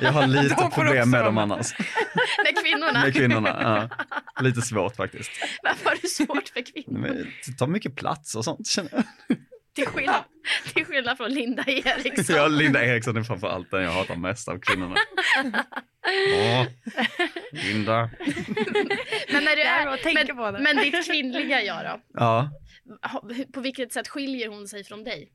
jag har De lite får problem också med dem vara annars. Med kvinnorna? Med kvinnorna, ja. Lite svårt faktiskt. Varför har du svårt för kvinnor? Men Det tar mycket plats och sånt känner jag. Till skillnad, till skillnad från Linda Eriksson. Ja, Linda Eriksson är framför allt den jag hatar mest av kvinnorna. Åh, Linda. Men när du Det är är, bra att tänka på det. men ditt kvinnliga jag då? Ja, Ha- hur- På vilket sätt skiljer hon sig från dig?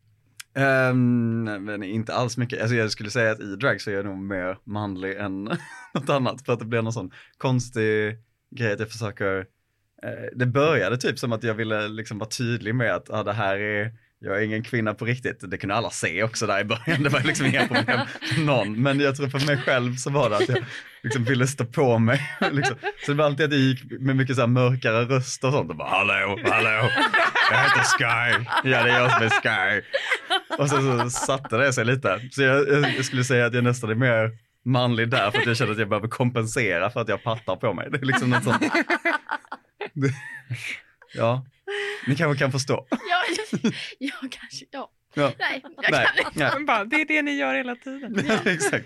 Ehm, nej, men inte alls mycket. Alltså jag skulle säga att i drag så är jag nog mer manlig än något annat. För att det blir någon sån konstig grej att jag försöker. eh, det började typ som att jag ville liksom vara tydlig med att ah, det här är, jag är ingen kvinna på riktigt. Det kunde alla se också där i början. Det var liksom inga problem för någon. Men jag tror för mig själv så var det att jag liksom ville stå på mig. liksom. Så det var alltid att jag gick med mycket så här mörkare röst och sånt. Och bara hallå, hallå, jag heter Sky. Ja, det är jag som är Sky. Och sen så satte det sig lite. Så jag, jag, jag skulle säga att jag nästan är mer manlig där för att jag känner att jag behöver kompensera för att jag pattar på mig. Det är liksom något sånt. Det- Ja, ni kanske kan förstå. Jag, jag kanske, ja. Ja. Nej, jag Nej, kan nej. Men bara, det är det ni gör hela tiden. Exakt.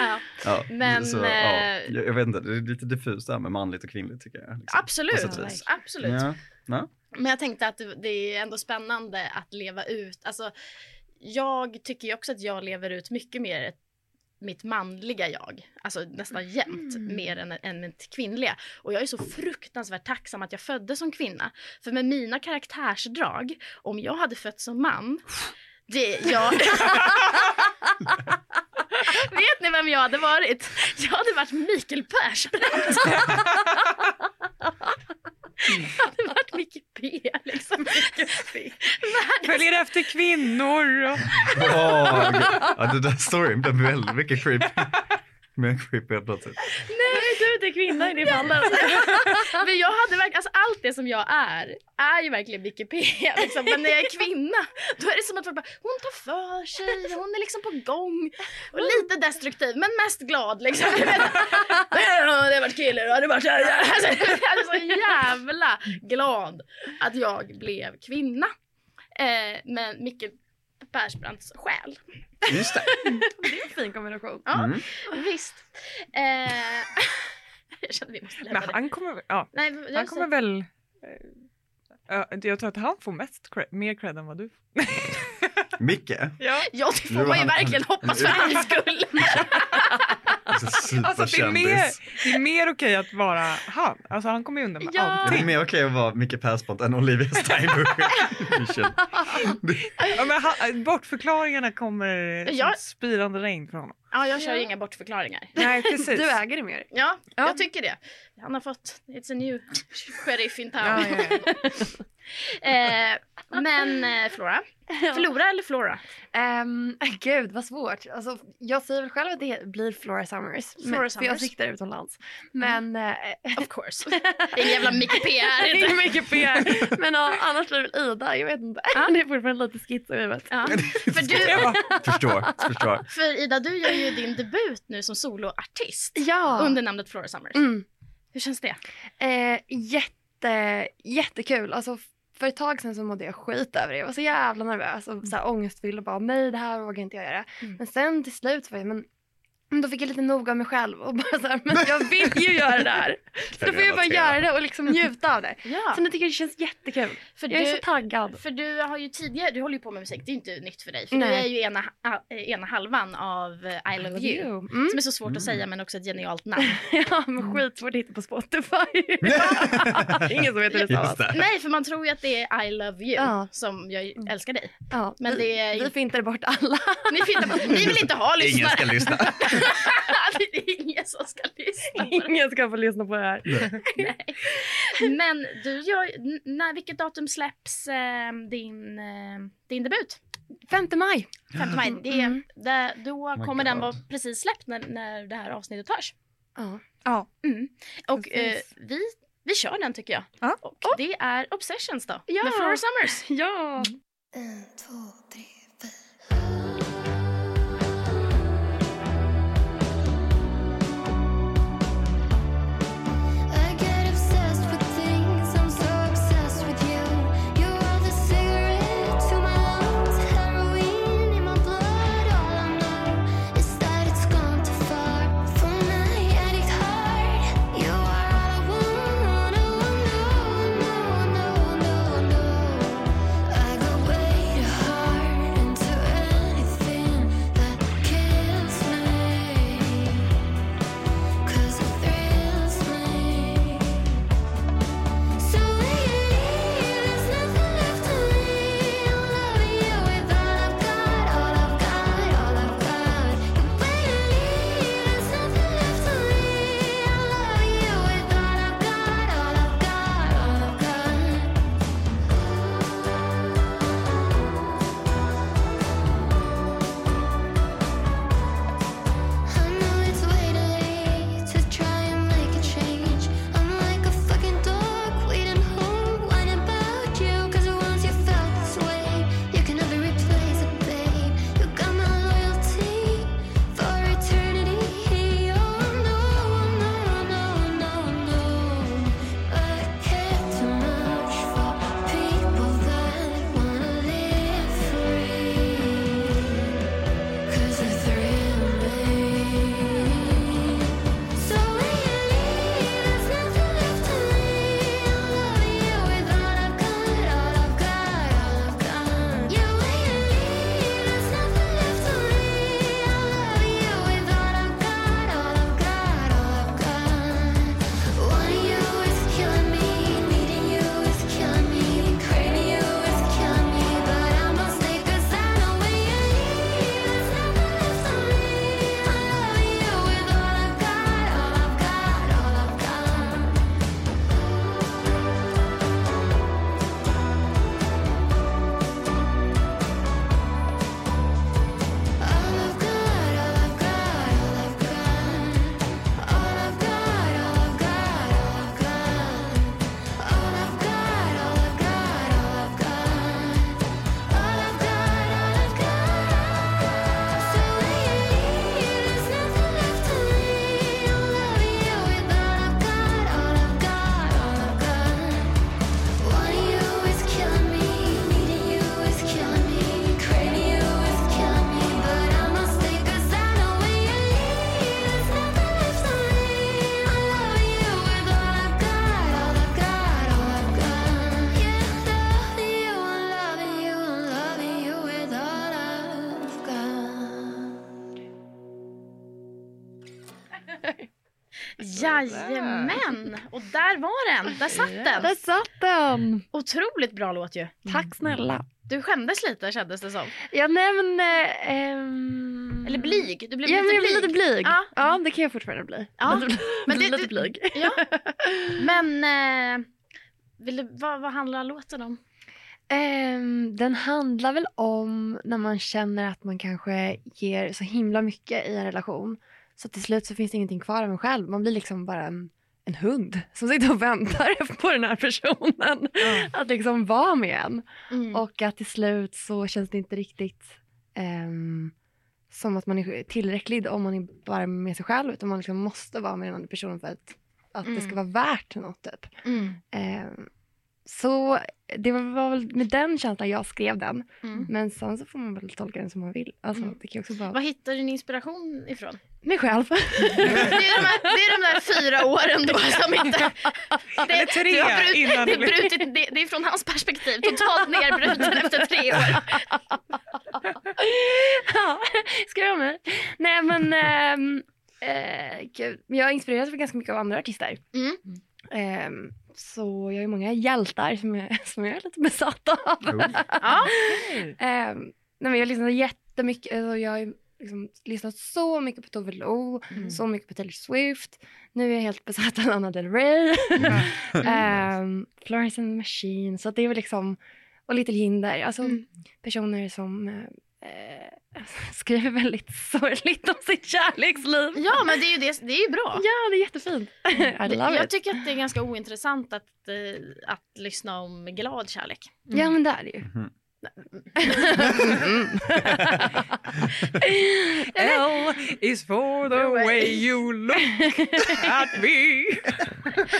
ja. Ja. Men, så, ja. eh, jag, jag vet inte, det är lite diffust det här med manligt och kvinnligt tycker jag. liksom. På Absolut, sätt och vis. absolut. Ja. Men jag tänkte att det är ändå spännande att leva ut. Alltså, jag tycker ju också att jag lever ut mycket mer ett- mitt manliga jag. Alltså nästan jämt mer än, än mitt kvinnliga. Och jag är så fruktansvärt tacksam att jag föddes som kvinna. För med mina karaktärsdrag, om jag hade fötts som man, det, jag... Vet ni vem jag hade varit? Jag hade varit Mikael Persbrandt. jag hade varit Micke P liksom. Följer efter kvinnor och... Åh, gud. ja, det där storyn blev väldigt mycket creepy. Mer creepy helt plötsligt. Nej, du är kvinna i det fallet. Men jag hade verkligen, alltså allt det som jag är, är ju verkligen Micke P. Liksom. Men när jag är kvinna, då är det som att folk bara, hon tar för sig, hon är liksom på gång. Och lite destruktiv, men mest glad liksom. Du vet, "Ja, det har varit kille, det har varit så här." alltså, Jag är så jävla glad att jag blev kvinna. Eh, men Micke Persbrandts själ. Just det. Det är en fin kombination. Ja, Mm. visst. Eh, jag kände vi måste Men lämna det. han kommer, ja, Nej, jag han vill säga- kommer väl... eh, ja, jag tror att han får mest cred, mer cred än vad du får. Micke, Ja. Ja, det får Nu var man ju han- verkligen han- hoppas för hans skull. alltså Alltså det är mer, superkändis. det är mer okej att vara han. Alltså han kommer ju undan med Ja. allt. Ja, Det är mer okej att vara Micke Persbrandt än Olivia Steinbusch. Ja, men han, eh, bortförklaringarna kommer som Jag- spirande regn från honom. Ja, jag kör Ja. ju inga bortförklaringar. Nej precis. Du äger det mer. Ja, Ja. jag tycker det. Han har fått, it's a new sheriff in town. Ja, ja, ja. Eh, men eh, Flora, Flora eller Flora? Ehm, gud vad svårt. Alltså, jag säger väl själv att det blir Flora Summers. men- Flora För jag Summers. siktar utomlands. Men, eh, Of course. Det är en jävla Micke PR. inte mycket PR. Men ja, annars blir det väl Ida, jag vet inte. Det är fortfarande lite skiss i huvudet. Ja. För, du, förstår, förstår. för Ida, du gör ju din debut nu som soloartist Ja. under namnet Flora Summers. Mm. Hur känns det? Eh, jätte, jättekul. Alltså, för ett tag sedan så mådde jag skit över det. Jag var så jävla nervös och så här, ångestfylld och bara nej det här vågar inte jag göra. Mm. Men sen till slut var jag men men då fick jag lite nog av mig själv och bara så här, men jag vill ju göra det här. Så då får jag bara göra det och liksom njuta av det. Ja, Så nu tycker jag det känns jättekul. för Jag är så du, taggad. för du har ju tidigare, du håller ju på med musik, det är ju inte nytt för dig. För du Nej. är ju ena, ha- eh, ena halvan av eh, I Love You. Mm. Som är så svårt Mm. att säga men också ett genialt namn. Ja men skitsvårt att hitta på Spotify. Ingen som heter det Just samma. det. Nej för man tror ju att det är I Love You Ja. Mm. som jag ju älskar dig. Ja, Men det är vi, ju- vi fintade bort alla. Ni, fintar, ni vill inte ha Ingen lyssnare. ska lyssna. det är ingen som ska lyssna på Ingen ska få lyssna på det här. det. Men du gör, n- när, vilket datum släpps eh, din, eh, din debut? 5 maj. 5 maj. Det, Mm. det, då Oh My kommer den God. vara precis släppt när, när det här avsnittet hörs. Ja. Ja. Och eh, Precis. vi, vi kör den tycker jag. Ja. Och det är Obsessions då, Ja. med Flora Summers. ja. I get obsessed with things. I'm so obsessed with you. You are the cigarette to my lungs, heroin in my blood. All I know is that it's gone too far from my addict heart. You are all I want. No, no, no, no, no, no. I go way too hard into anything that kills me, 'cause it thrills me. So there's nothing left to me. I'll love you with all I've got, all I've got, all I've got. there's nothing left to me. I'll love you with all I've got, all I've got, all I've got. I know it's way too late to try and make a change. I'm like a fucking dog waiting home, whining about you. 'Cause once you felt this way, you can never replace it, babe. You got my loyalty for eternity. Oh no, no, no, no, no. I care too much for people that wanna live free. Cause it thrilled me So when you leave There's nothing left to leave I'll love you with all I've got All I've got, all I've got Yeah, when you leave There's nothing left to leave I'll love you with all I've got All I've got, all I've got Wanting you is killing me Needing you is killing me Craving you is killing me But I must stay cause I know when you leave there's nothing left to leave. I love you with all I've got, all I've got, all I've got. All I've got, all I've got, all I've got. All I've got, all I've got, all I've got. All I've got, all I've got, all I've got. All I've got, all I've got. So when you leave, there's nothing left to leave. I'll love you with all I've got, all I've got, all I've got. Wanting you is killing me, needing you is killing me, craving you is killing me. But I must stay 'cause I know when you leave, there's nothing left to leave. I love you with all I've got, all I've got, all I've got. Yeah, loving you, I'm loving you, I'm loving you with all I've got. Jajamän! Och där var den, där satt den. Där satt den! Otroligt bra låt ju. Tack snälla. Du skämdes lite kändes det som. Ja, nej men... eh, ehm, Eller blyg, du blev Ja, men lite jag blyg. blir lite blyg. Ja. Ja. det kan jag fortfarande bli. Ja, Lite, men men det- lite det- blyg. Men eh, vill du, vad, vad handlar låten om? Ehm, den handlar väl om när man känner att man kanske ger så himla mycket i en relation. Så till slut så finns det ingenting kvar av en själv. Man blir liksom bara en, en hund som sitter och väntar på den här personen. Att liksom vara med en. Mm. Och att till slut så känns det inte riktigt ehm, som att man är tillräcklig om man är bara med sig själv. Utan man liksom måste vara med den andra personen för att, att det ska vara värt något. Typ. Mm. Ehm, så det var väl med den känslan jag skrev den. Mm. Men sen så får man väl tolka den som man vill. Alltså, Mm. det kan ju också bara... Var hittar du din inspiration ifrån? Mig själv. Det är, de här, det är de där fyra åren då som inte... Det, Eller tre du har brut- innan det, det är blir- brutit, det, det är från hans perspektiv, totalt nerbruten efter tre år. ja, ska jag med? Nej men, ehm, eh, gud. Men jag inspireras väl ganska mycket av andra artister. Mm. Ehm, så jag har ju många hjältar som jag, som jag är lite besatt av. Ja. Ehm, nej, men jag lyssnar jättemycket, alltså, jag har ju liksom lyssnat så mycket på Tove Lo, så mycket på Taylor Swift. Nu är jag helt besatt av Anna Del Rey. Mm, Ehm, Florence and the Machine. Så att det är väl liksom, och Little Jinder. Alltså Mm. personer som eh, eh, skriver väldigt sorgligt om sitt kärleksliv. ja, men det är ju, det, det är ju bra. Ja, det är jättefint. I Det- love Jag it. tycker att det är ganska ointressant att, eh, att lyssna om glad kärlek. Ja, men det är det ju. Mhm. L is for the way you look at me.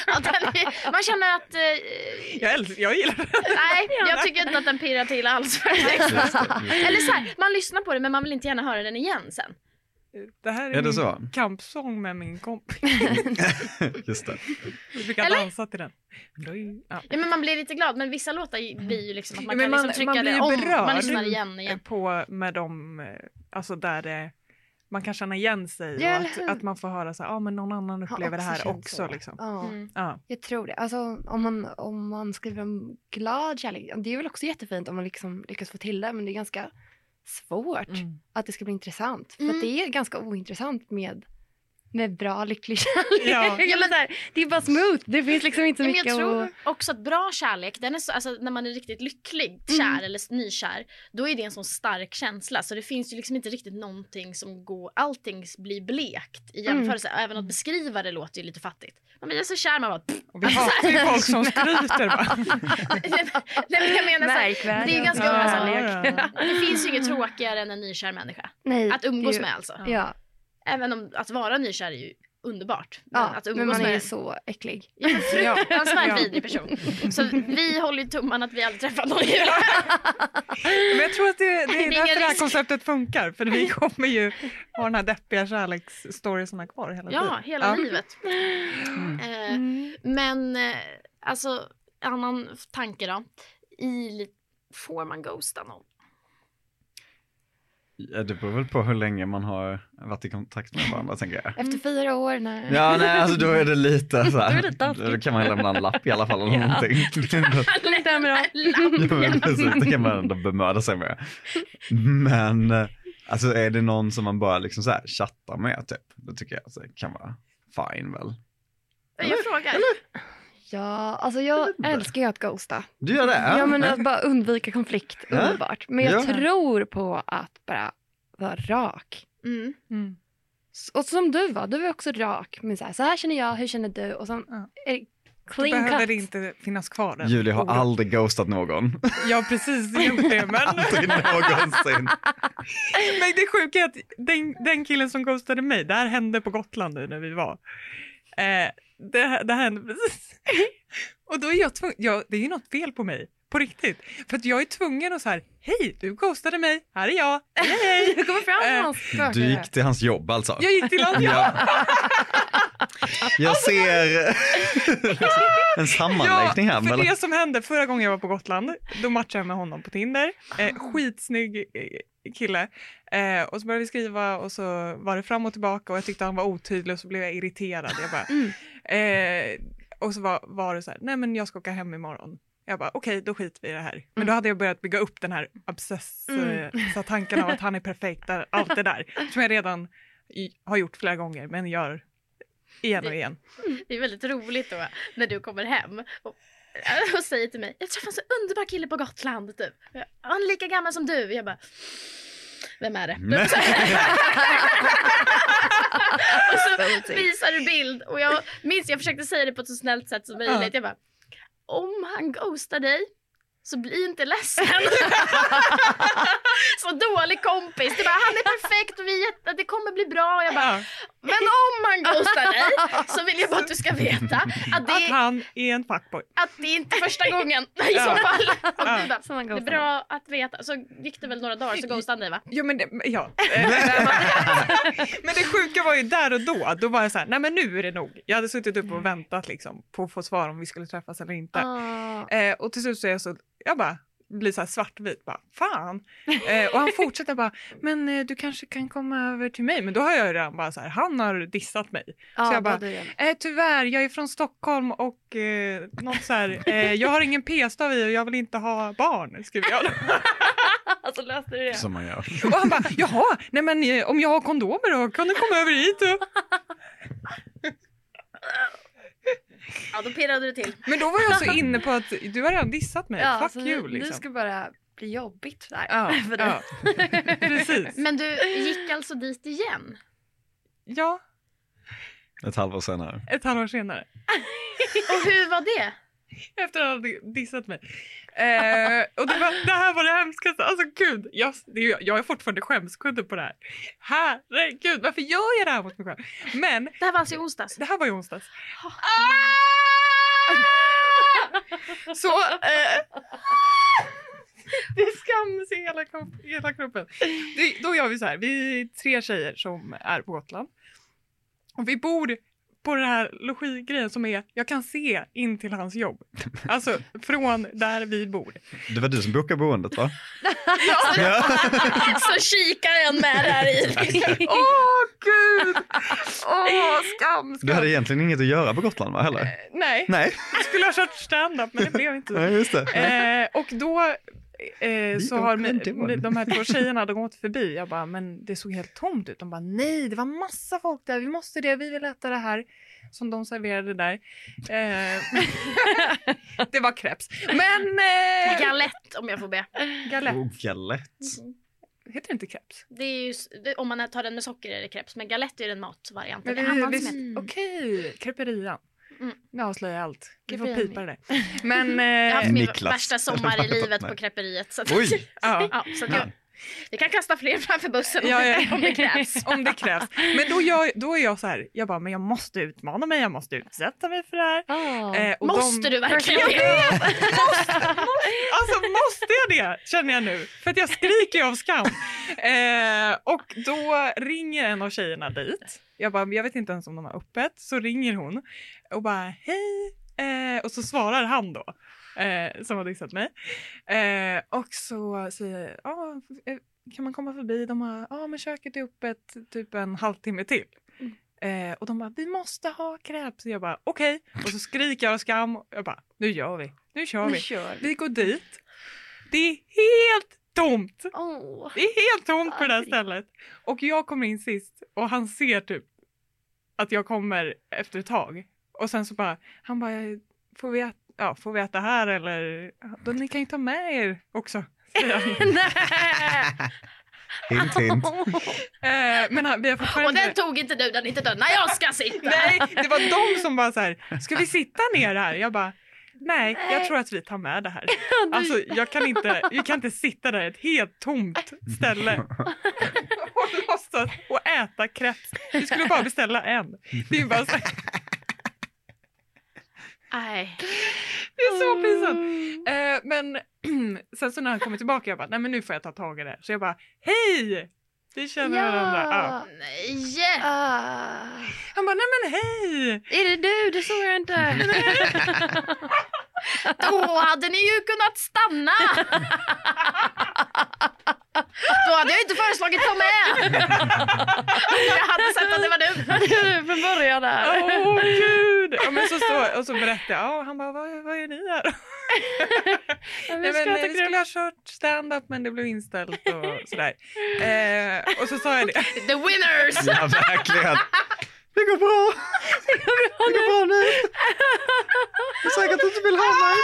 Att den är, man känner att... Eh, Jag, älskar, jag gillar det. nej, jag tycker inte att den pirrar till alls. Eller Just det, just det. så här, man lyssnar på den men man vill inte gärna höra den igen sen. Det här är, Är det min så? kampsång med min kompis. Just det. Vi brukar Eller? dansa till den. Ja. Ja, men man blir lite glad men vissa låtar ju- blir ju liksom att man Ja, men kan man- liksom trycka man blir det ju om. Man berörd. lyssnar igen igen. På med dem, eh, alltså där det, man kan känna igen sig Ja, och eller hur? att, att man får höra så här, ah, men någon annan upplever det också här känt också. så. Liksom. Ja, Mm. Ja. jag tror det. Alltså, om, man, om man skriver om glad kärlek, det är väl också jättefint om man liksom lyckas få till det, men det är ganska svårt att det ska bli intressant. För Mm. att det är ganska ointressant med, med bra, lycklig kärlek. Ja. Ja, men där, det är bara smooth, det finns liksom inte så Ja, men mycket jag tror att... också att bra kärlek, den är så, alltså, när man är riktigt lycklig Mm. kär eller s- nykär, då är det en sån stark känsla. Så det finns ju liksom inte riktigt någonting som går, allting blir blekt i Mm. jämförelse. Även att beskriva det låter ju lite fattigt. Man blir så kär man bara... Och vi hatar ju folk som skryter. Va? Nej, men jag menar så här, Märkvärdig det är ganska- och alltså, kärlek. ja. det finns ju inget tråkigare än en nykär människa. Nej, Att Mm. det umgås är med alltså. ju- Ja, Även om att vara nykär är ju underbart. Men ja att men, umgås man är ju med så äcklig. en fruktansvärt Ja. vidrig person. Så vi håller ju tummarna att vi aldrig träffar någon i Men jag tror att det, det är ingen därför det här risk. konceptet funkar. För vi kommer ju ha den här deppiga kärleksstoriesarna kvar hela Ja, tiden. hela Ja. livet. Eh, Men eh, alltså, annan f- tanke då. I, li- får man ghosta någon? Ja, det beror väl på hur länge man har varit i kontakt med varandra tänker jag. Mm. Efter fyra år när... Ja, nej, alltså då är det lite så Då här. är det dags. Då kan man lämna en lapp i alla fall eller någonting. Lite där med dem. Ja, men precis, det kan man ändå bemöda sig med. Men eh, alltså är det någon som man bara liksom så här chattar med typ, då tycker jag att det kan vara fine väl. Jag frågar. Ja, alltså jag älskar ju att ghosta. Du gör det? Ja, men eh, att bara undvika konflikt, Ja. underbart. Men jag Ja. tror på att bara vara rak. Mm. Mm. S- Och som du var, du var också rak. Men så här, så här känner jag, hur känner du? Och sen Ja. är det Då clean behöver cut. det inte finnas kvar. den Julia har oron. aldrig ghostat någon. Jag har precis gjort det. Men, Aldrig någonsin. men det sjuka är att den, den killen som ghostade mig, det här hände på Gotland nu när vi var. Eh, det, här- det här hände precis. Och då är jag tvungen, jag, det är ju något fel på mig. På riktigt. För att jag är tvungen att så här, hej du ghostade mig, här är jag, hej hej. Du kommer fram till Eh, hans skaka. Du gick till hans jobb alltså. Jag gick till hans Ja. Jag ser eh, en sammanläggning här. för mellan- det som hände förra gången jag var på Gotland, då matchade jag med honom på Tinder. Eh, skitsnygg eh, kille. Eh, och så började vi skriva och så var det fram och tillbaka och jag tyckte han var otydlig och så blev jag irriterad. Jag bara, eh, och så var, var det så här, nej men jag ska åka hem imorgon. Jag bara okej, då skiter vi i det här. Men då hade jag börjat bygga upp den här abscess, eh, så tanken av att han är perfekt, där, allt det där. Som jag redan i, har gjort flera gånger men gör igen och igen. Det är väldigt roligt då när du kommer hem och, eh, och säger till mig, jag träffade en så underbar kille på Gotland typ. Jag, Han är lika gammal som du. Jag bara, vem är det? Men- och så visar du bild och jag minns, jag försökte säga det på ett så snällt sätt som möjligt. Jag bara, om han ghostar dig så bli inte ledsen. så dålig kompis. Det bara, han är perfekt och vi är jätte, det kommer bli bra. Och jag bara, Ja, men om han ghostar dig så vill jag bara att du ska veta att att det, han är en fuckboy. att det är inte första gången i så Ja. fall. Och Ja. du bara, Som man det är bra att veta. Så gick det väl några dagar så ghostade han dig va? Jo men det, ja. Eh, men det sjuka var ju där och då, då var jag så här, nej men nu är det nog. Jag hade suttit upp och väntat liksom på att få svar om vi skulle träffas eller inte. Ah. Eh, och till slut så är jag så, jag bara blir så här svartvit, bara fan. Eh, och han fortsätter bara, men eh, du kanske kan komma över till mig. Men då har jag ju redan bara så här, han har dissat mig. Ja, jag bara, då hade jag- Eh, tyvärr, jag är från Stockholm och eh, något så här, eh, jag har ingen p-stav i och jag vill inte ha barn, skriver jag. Alltså löste du det? Som man gör. Och han bara, jaha, nej men eh, om jag har kondomer då kan du komma över hit. Och... Ja, då pirrade du till. Men då var jag så inne på att du har redan dissat mig, Ja, så fuck you nu- liksom. Nu ska det bara bli jobbigt där. Ja, för dig. ja. Precis. Men du gick alltså dit igen? Ja, Ett halvår senare. ett halvår senare. Och hur var det? Efter att han hade dissat mig. Eh, och det, var, det här var det hemskaste. Alltså gud, jag, det är, jag är fortfarande skämskudde på det här. Herregud, varför gör jag det här mot mig själv? Men Det här var alltså i onsdags? Det här var i onsdags. Ah! Så... Eh, det är skams i hela, kropp, i hela kroppen. Det, då gör vi så här. Vi är tre tjejer som är på Gotland. Och vi bor på den här logigrejen som är, jag kan se in till hans jobb. Alltså från där vi bor. Det var du som bokade boendet va? Så kikar en med det här i. liksom. Åh gud! Åh skam, Du skam. hade egentligen inget att göra på Gotland va? Heller? Nej, Nej, jag skulle ha kört stand-up men det blev inte så. Nej just det. Eh, och då eh, så har åker mi- ändå. mi- de här två tjejerna de gått förbi. Jag bara, men det såg helt tomt ut. De bara, nej, det var massa folk där. Vi måste det. Vi vill äta det här som de serverade där. Eh, det var crepes. Men eh, Galett om jag får be. galette. Oh, galett. Heter det inte crepes? Det är ju, s- det, om man tar den med socker är det crepes, men galett är ju den matvarianten. Men Det vi- är annan vi- som heter. Okej, creperian. Mm. Nu avslöjar jag allt. Vi får Creperian. pipa det där. Men Jag har eh, haft min Niklas. värsta sommar i livet på Nej. creperiet. Så att, Oj! ja. ja, så att jag, vi kan kasta fler framför bussen om, Ja, det- ja. om det krävs. Om det krävs. Men då, gör, då är jag så här, jag bara, men jag måste utmana mig, jag måste utsätta mig för det här. Ah. Eh, och Måste de, du verkligen det? Alltså måste jag det, känner jag nu. För att jag skriker ju av skam. Eh, och då ringer en av tjejerna dit. Jag bara, jag vet inte ens om de har öppet. Så ringer hon och bara, hej. Eh, och så svarar han då, eh, som har dissat mig. Eh, och så säger jag, ah, eh, kan man komma förbi? De har, ja ah, men köket är öppet typ en halvtimme till. Eh, och de bara, vi måste ha crepes. Jag bara, okej. Och så skriker jag av skam. Jag bara, nu gör vi. Nu kör vi. Nu kör vi. Vi går dit. Det är helt tomt. Åh. Det är helt tomt på det här Aj. stället. Och jag kommer in sist och han ser typ att jag kommer efter ett tag. Och sen så bara, han bara, får vi äta, ja, får vi äta här eller? "Ja, Ni kan ju ta med er också. säger han. Hint hint. Eh, Men han- vi har fortfarande... Och den tog inte du, den är inte död. Nej, jag ska sitta! Nej, det var de som bara så här, ska vi sitta ner här? Jag bara, nej, jag tror att vi tar med det här. Alltså, jag kan inte, jag kan inte sitta där i ett helt tomt ställe och låtsas och äta crepes. Vi skulle bara beställa en. Det är bara så här, Nej. det är Mm. så pinsamt. Eh, men sen så när han kommer tillbaka, jag bara, nej men nu får jag ta tag i det. här. Så jag bara, hej! Vi känner Ja. varandra. Ja. Nej! Ah. Han bara, nej men hej! Är det du? Det såg jag inte. Då hade ni ju kunnat stanna! Då hade jag inte föreslagit ta med! Jag hade sett att det var du. Från början där. Åh gud! Ja, men så står, och så berättar jag, ja, han bara, vad, vad är ni här? Men vi Nej, men, ska eh, äta vi skulle ha kört stand-up men det blev inställt och sådär. Eh, och så sa jag det. The winners! Ja verkligen. Det går bra! Det går bra nu! Jag är säker att du inte vill ha mig.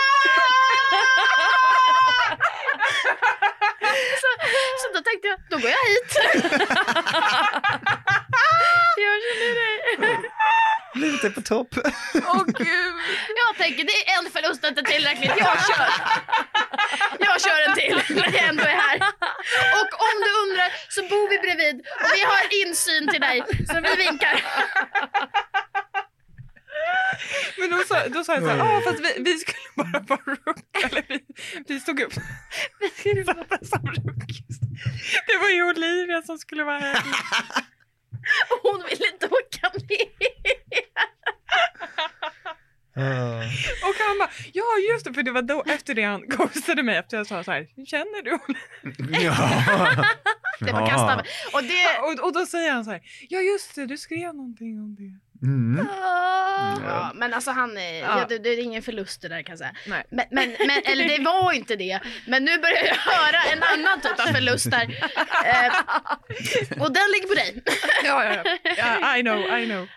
Så då tänkte jag, då går jag hit. jag känner dig. Livet är på topp. Åh gud! Jag tänker, det är en förlust inte tillräckligt. Jag kör. Jag kör en till när jag ändå är här. Och om du undrar så bor vi bredvid och vi har insyn till dig. Så vi vinkar. Men då sa, då sa jag så här, ah, fast vi, vi skulle bara vara ruck. Eller vi, vi stod upp. Vi skulle vara som ruckis. Det var ju Olivia som skulle vara här. Och hon vill inte åka med. Ah. Och han bara, ja just det, för det var då efter det han ghostade mig efter jag sa så här, känner du Olivia? Ja. Det var kasta. Och det... Och, och då säger han så här, ja just det, du skrev någonting om det. Mm. Ja, men alltså han är, Ja. ja. det, det är ingen förlust det där kan jag säga. Nej. Men, men, men, eller det var inte det. Men nu börjar jag höra en annan typ av förlust där. Eh, och den ligger på dig. Ja, ja, ja. ja I know, I know.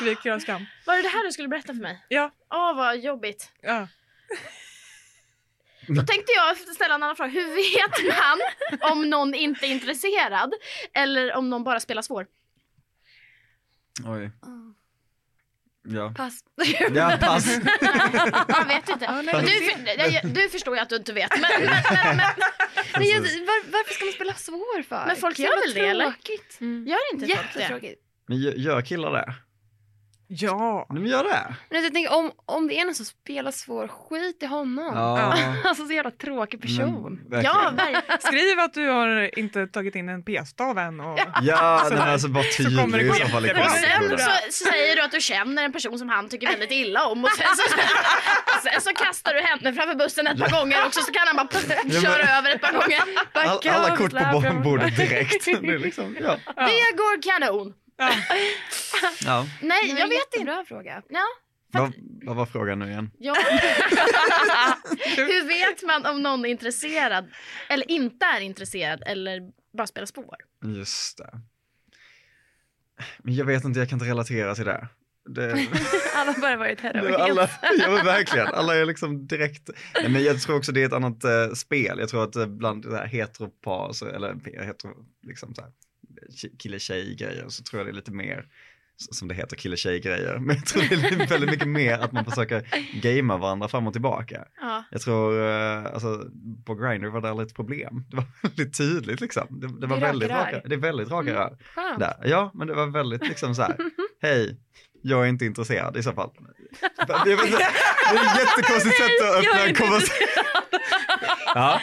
Skrik jag av skam. Var det det här du skulle berätta för mig? Ja. Åh, vad jobbigt. Ja. Då tänkte jag ställa en annan fråga. Hur vet man om någon inte är intresserad? Eller om någon bara spelar svår? Oj. Ja. Ah. Pass. Ja, pass. Jag vet inte. Ja, nej, Du, det- för, du förstår ju att du inte vet. Men, men, men, men Nej, jag, var, varför ska man spela svår för? Men folk Så jävla gör väl det, eller? Tråkigt. Mm. gör inte folk det? Jättetråkigt. Men gö- gör killar det? ja. Nej, men gör det. Men alltså, jag tänker, om, om det är någon som spelar svår, skit i honom. Alltså så jävla tråkig person. Men, verkligen. Ja, verkligen. Skriv att du har inte tagit in en p-stav än. Och... Ja, Så nej, men där. alltså bara kommer tydlig det i gå så fall. jättebra. Och Ja, det sen är bra. så, så säger du att du känner en person som han tycker väldigt illa om och sen så, sen så kastar du henne framför bussen ett par gånger också så kan han bara men- köra över ett par gånger. All, alla kort på bordet direkt. Det är liksom, ja. Det går kanon. Ja. Ja. Nej, jag vet inte. Bra fråga. Vad, vad var frågan nu igen? Ja. Hur vet man om någon är intresserad eller inte är intresserad eller bara spelar spår? Just det. Men jag vet inte, jag kan inte relatera till det. det Alla har bara varit här. Det var alla, ja men verkligen, alla är liksom direkt. Nej, men jag tror också det är ett annat eh, spel. Jag tror att eh, bland det här heteropar, så, eller hetero, liksom så här, ki- kille-tjej-grejer, så tror jag det är lite mer s- som det heter kille-tjej-grejer. Men jag tror det är li- väldigt mycket mer att man försöker gamea varandra fram och tillbaka. Ja. Jag tror, eh, alltså på Grindr var det aldrig ett problem. Det var väldigt tydligt liksom. Det, det var är raka väldigt rör. raka, det är väldigt raka Mm. rör. Skönt. Där. Ja, men det var väldigt liksom så här. Hej, jag är inte intresserad i så fall. Jag vet inte, det är ett jättekonstigt sätt att öppna en konversation. Ja.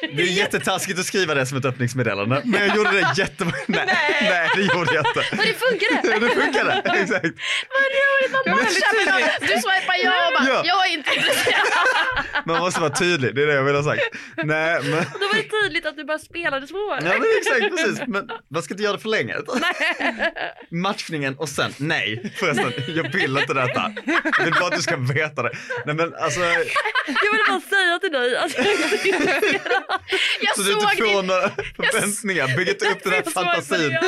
Det är jättetaskigt att skriva det som ett öppningsmeddelande, men jag gjorde det jättemånga Nej, nej, det gjorde jag inte. Och det funkade! Det funkade, exakt. Man känner bara, du swipar ja och bara, Ja. jag är inte intresserad. Man måste vara tydlig, det är det jag vill ha sagt. Nej, men... Då var det tydligt att du bara spelade svår. Ja, men exakt, precis. Men man ska inte göra det för länge. Matchningen och sen, nej förresten, jag vill inte detta. Jag vill bara att du ska veta det. Nej men alltså, Jag ville bara säga till dig att Jag så du såg inte får din... några förväntningar. Bygg inte upp den här fantasin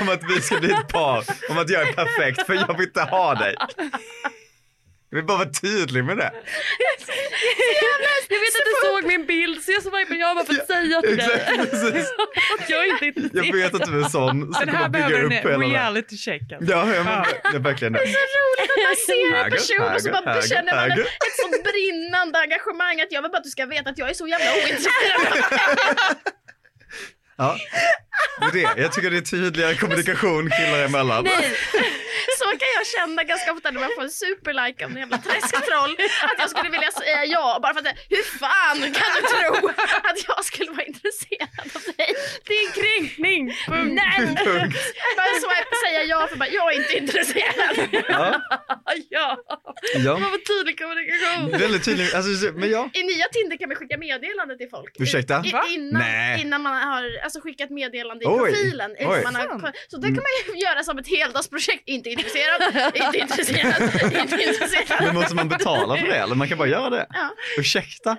om att vi ska bli ett par, om att jag är perfekt, för jag vill inte ha dig. Jag vill bara vara tydlig med det. jag vet att du såg min bild så jag swipade jag bara för att säga till dig Exakt, precis. att jag inte är Jag intresserad. vet att du är sån. Så Den kommer här jag bygga behöver upp hela en den här- reality check. Alltså. Ja, ja, men, det är verkligen det. Man ser en Höger, person och så höger, bara höger, känner man höger. ett, ett sånt brinnande engagemang att jag vill bara att du ska veta att jag är så jävla ointresserad. Ja. Det är det. Jag tycker det är tydligare kommunikation killar emellan. Nej, Så kan jag känna ganska ofta när man får en superlike av en jävla träsktroll att jag skulle vilja säga ja bara för att jag- hur fan kan du tro att jag skulle vara intresserad av dig? det är en kränkning. Nej! Punkt. Bara swipe och säga ja för bara jag är inte intresserad. Ja. Ja, ja. vad tydlig kommunikation. Väldigt tydligt. Alltså, så- men ja. I nya Tinder kan man skicka meddelande till folk. Ursäkta? I, Va? i, innan, Nej. innan man har alltså, skickat meddelande i Oj. profilen. eh, Oj. Mm. Man har, Fan. så det kan man ju göra som ett heldagsprojekt. Inte intresserad, inte intresserad, inte intresserad. Men måste man betala för det eller man kan bara göra det? Ja. Ursäkta?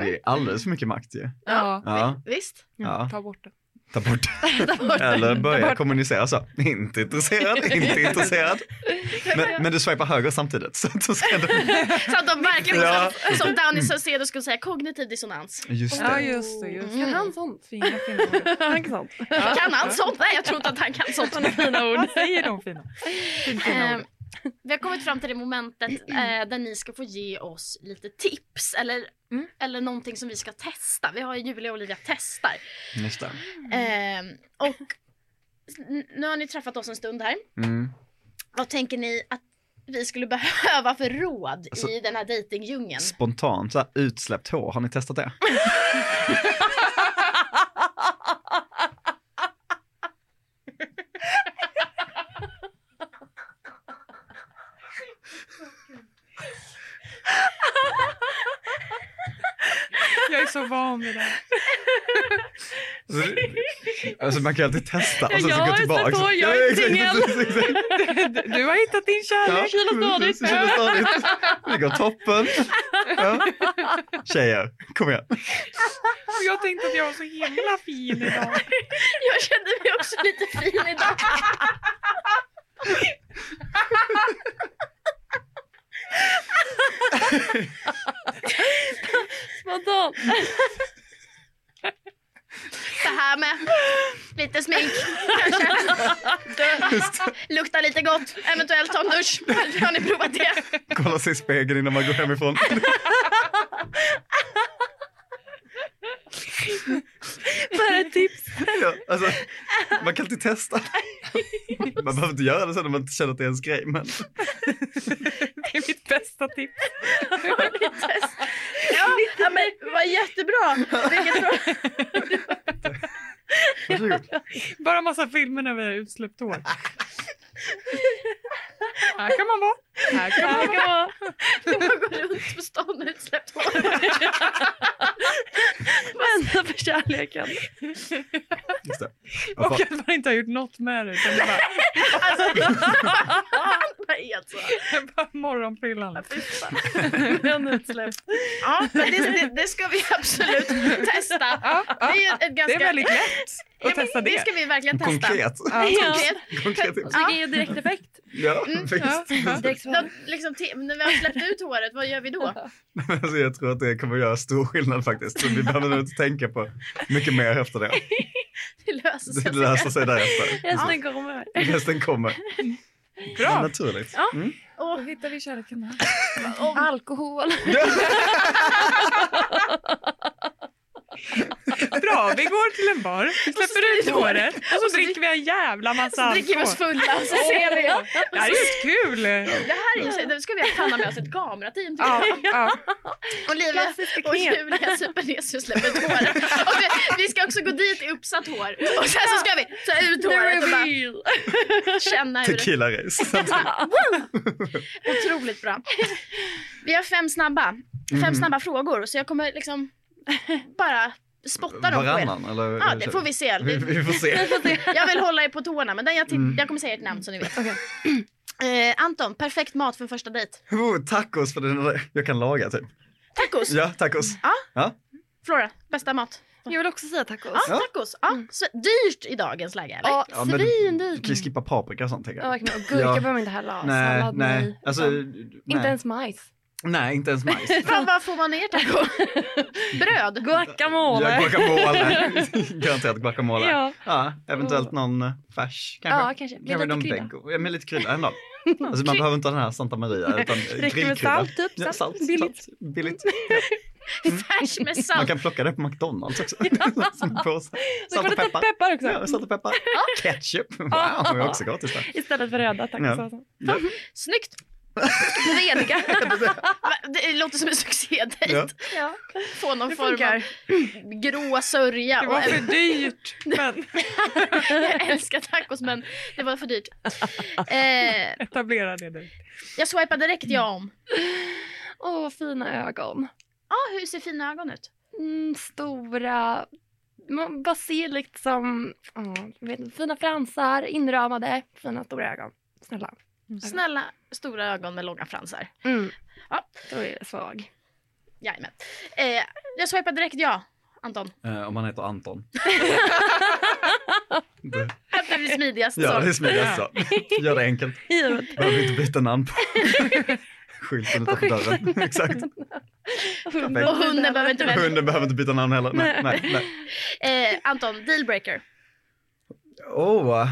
Det är alldeles för mycket makt ju. Ja. Ja. Visst? Ja. Mm. Ta bort det. Ta bort Eller börja kommunicera så. Inte intresserad, inte intresserad. Men, men du swipar höger samtidigt. Så att så ser du. Så att de verkligen, Ja. som, som Danny Saucedo skulle säga, kognitiv dissonans. Just Ja, det. just det. Mm. Just Kan det. han sånt? Fina, fina ord. Han kan alltså. sånt. Kan han sånt? Nej, jag tror inte att han kan sånt. fina ord. Han säger de fina. Fin, fina Eh, ord. vi har kommit fram till det momentet eh, där ni ska få ge oss lite tips eller, Mm. eller någonting som vi ska testa. Vi har ju Julia och Olivia testar. Just det. Eh, och n- nu har ni träffat oss en stund här. Mm. Vad tänker ni att vi skulle behöva för råd Alltså- i den här dejtingdjungeln? Spontant, så här, utsläppt hår, har ni testat det? Jag är så van vid det. Alltså, alltså man kan ju alltid testa och sen Jag så gå har tillbaka. utsläppt hår, jag är exakt, singel. exakt, exakt. Du, du har hittat din kärlek. Kyl och stadigt. Kyl och stadigt. Det går toppen. Ja. Tjejer, kom igen. Och jag tänkte att jag var så himla fin idag. Jag kände mig också lite fin idag. Spontant. Det här med lite smink kanske. Lukta lite gott, eventuellt ta en dusch. Har ni provat det? Kolla sig i spegeln innan man går hemifrån. Det här är ett tips. Ja, alltså, man kan alltid testa. Man behöver inte göra det sen när man inte känner att det är ens grej. Men Det är mitt bästa tips. Ja, ja men vad jättebra. Vilket bra. varsågod. Bara massa filmer när vi har utsläppt hår. Här kan man vara. Här kan man vara. De bara går runt på stan med utsläppt hår. Vända för kärleken. Just det. Vad Och fan. att man inte har gjort något med det. Utan det är Alltså, han var helt så. bara, bara morgonfrillan. Fy fan. Den utsläppt. Ja, men det, det, det ska vi absolut testa. Ja, Det ja. är ju ett ganska... Det är väldigt lätt Ja, att men testa Det det. ska vi verkligen testa. Konkret. Ja. Mm, Konkret. Konkret tips. Så det ger ju direkt effekt. Ja, Ja, visst. ja. Direkt Då, liksom, te- när vi har släppt ut håret, vad gör vi då? Alltså, jag tror att det kommer göra stor skillnad faktiskt. Så vi behöver nog inte tänka på mycket mer efter det. Det löser sig. Det löser sig därefter. Resten kommer. Resten kommer. Bra. Naturligt. Ja. Mm. Och, Då hittar vi kärleken här. Alkohol. Bra, vi går till en bar, vi släpper ut håret och så dricker vi en jävla massa så dricker vi oss alkohol. fulla så ser vi. Det här är ju kul! Det här är ju så, det ska vi ha fan med oss ett kamerateam till. Ja, ja. Olivia och Julia super ner sig och släpper ut håret. Och vi, vi ska också gå dit i uppsatt hår och sen så ska vi ta ut håret och bara reveal. känna hur det Tequila-race. Otroligt bra. Vi har fem snabba, fem Mhm. snabba frågor så jag kommer liksom bara spotta dem på er. Varannan eller? Ja, det får vi se. Vi, Det- vi får se. Jag vill hålla er på tårna men den jag, titt- Mm. jag kommer säga ert namn så ni vet. Eh, Anton, perfekt mat för en första dejt. Oh, tacos för den jag kan laga typ. Tacos! Ja, tacos. Flora, bästa mat. Jag vill också säga tacos. Ja, Ja. tacos. Ja. Så, dyrt i dagens läge eller? Ja, Ja, men Du svindyrt. kan ju skippa paprika och sånt tänker Ja, jag. verkligen. Och gurka Ja. behöver man inte heller ha. Nej, Sallad, nej. Alltså, Ja. Inte nej. ens majs. nej, inte ens majs. Fan vad får man ner taco? Bröd? Ja, Guacamole. guacamole. Garanterat guacamole. Ja. Ja. eventuellt någon eh, färs kanske. Ja, kanske. Med kanske lite någon krydda. bänko. Ja, med lite krydda ändå. Alltså man behöver inte ha den här Santa Maria utan eh, Räcker med grillkrydda. salt typ. Ja, Salt. salt, Billigt. salt, billigt. Färs med Man salt? kan plocka det på McDonalds också. Som påse. Så kan Salt man och ta peppar. peppar också. Ja, salt och peppar. Ketchup. Wow, det är också gottis där. Istället för röda tacosåsen. Snyggt! Rediga. Va, Det låter som en succédejt. Ja. Ja. Få någon Det form funkar. av grå sörja. Det Och var en, för dyrt. Men jag älskar tacos men det var för dyrt. Eh, etablera det du. jag swipar direkt jag Mm. om. Åh, vad fina ögon. Ja, hur ser fina ögon ut? Mm, stora. Man bara ser liksom, oh, vet, inte, fina fransar, inramade, fina stora ögon. Snälla. Mm. Snälla stora ögon med långa fransar. Mm. Ja. Då är jag svag. Jajamän. Eh, jag swipar direkt ja, Anton. Eh, om han heter Anton. Att det blir smidigast Ja, det är så. smidigast så. Gör det enkelt. Givet. Behöver inte byta namn på skylten utanför dörren. Exakt. Perfekt. Och hunden behöver inte vänta. Hunden behöver inte byta namn heller. Nej, nej, nej. Eh, Anton, dealbreaker. Oh,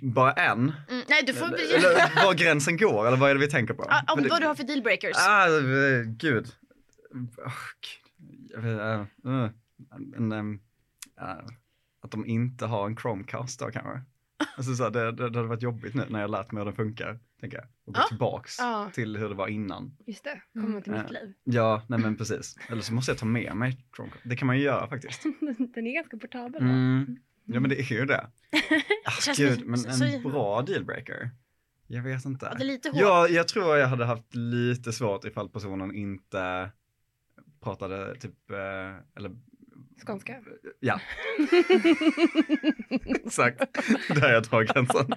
bara en? Mm, nej, du får... Eller, var gränsen går, eller vad är det vi tänker på? Ah, Om Men det- vad du har för dealbreakers. Ah, eh, gud. Åh, gud. Jag vet, eh, eh, en, ehm, eh, att de inte har en Chromecast då kanske. Alltså, så här, det, det, det hade varit jobbigt nu när jag lärt mig hur den funkar. Tänker jag. Och gå Ja. tillbaks Ja. till hur det var innan. Just det, kommer till mitt Ja. liv. Ja, nej men precis. Eller så måste jag ta med mig Chromecast. Det kan man ju göra faktiskt. Den är ganska portabel. va? Mm. Ja men det är ju det. Ah, Känns gud, lite- men så- så- en bra dealbreaker. Jag vet inte. Ja, det är lite hårt. Ja, jag tror jag hade haft lite svårt ifall personen inte pratade typ, eh, eller Skånska. ja. Exakt, där har jag dragit gränsen.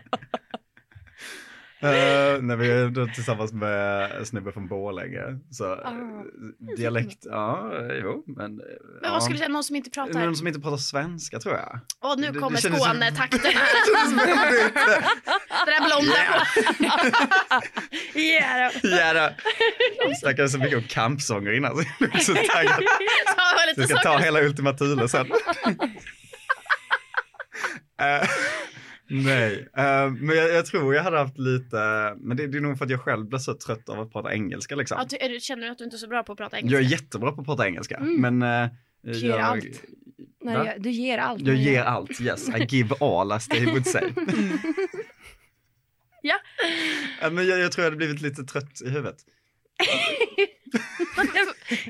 Uh, när vi är då tillsammans med en snubbe från Borlänge. Så eh, Ah. dialekt, ja, jo, men... eh, Men ja. vad skulle du säga? Någon som inte pratar? Någon som inte pratar svenska tror jag. Åh, Det- nu det kommer kändes- Skånetakterna. Det där blonda. Yeah. Ja, då. Jag snackade så mycket om kampsånger innan så jag blev så taggad. Så jag var Vi lite ska så- ta hela Ultima Thule sen. Eh, nej, Eh, men jag, jag tror jag hade haft lite, men det, det är nog för att jag själv blir så trött av att prata engelska liksom. Ja, ty- är du- Känner du att du inte är så bra på att prata Jag är engelska? jättebra på att prata engelska, Mm. men eh, ger jag, allt. Va? Nej, jag, du ger allt. jag ger allt. Yes, I give all as they would say. Ja. Eh, men jag, jag tror jag hade blivit lite trött i huvudet.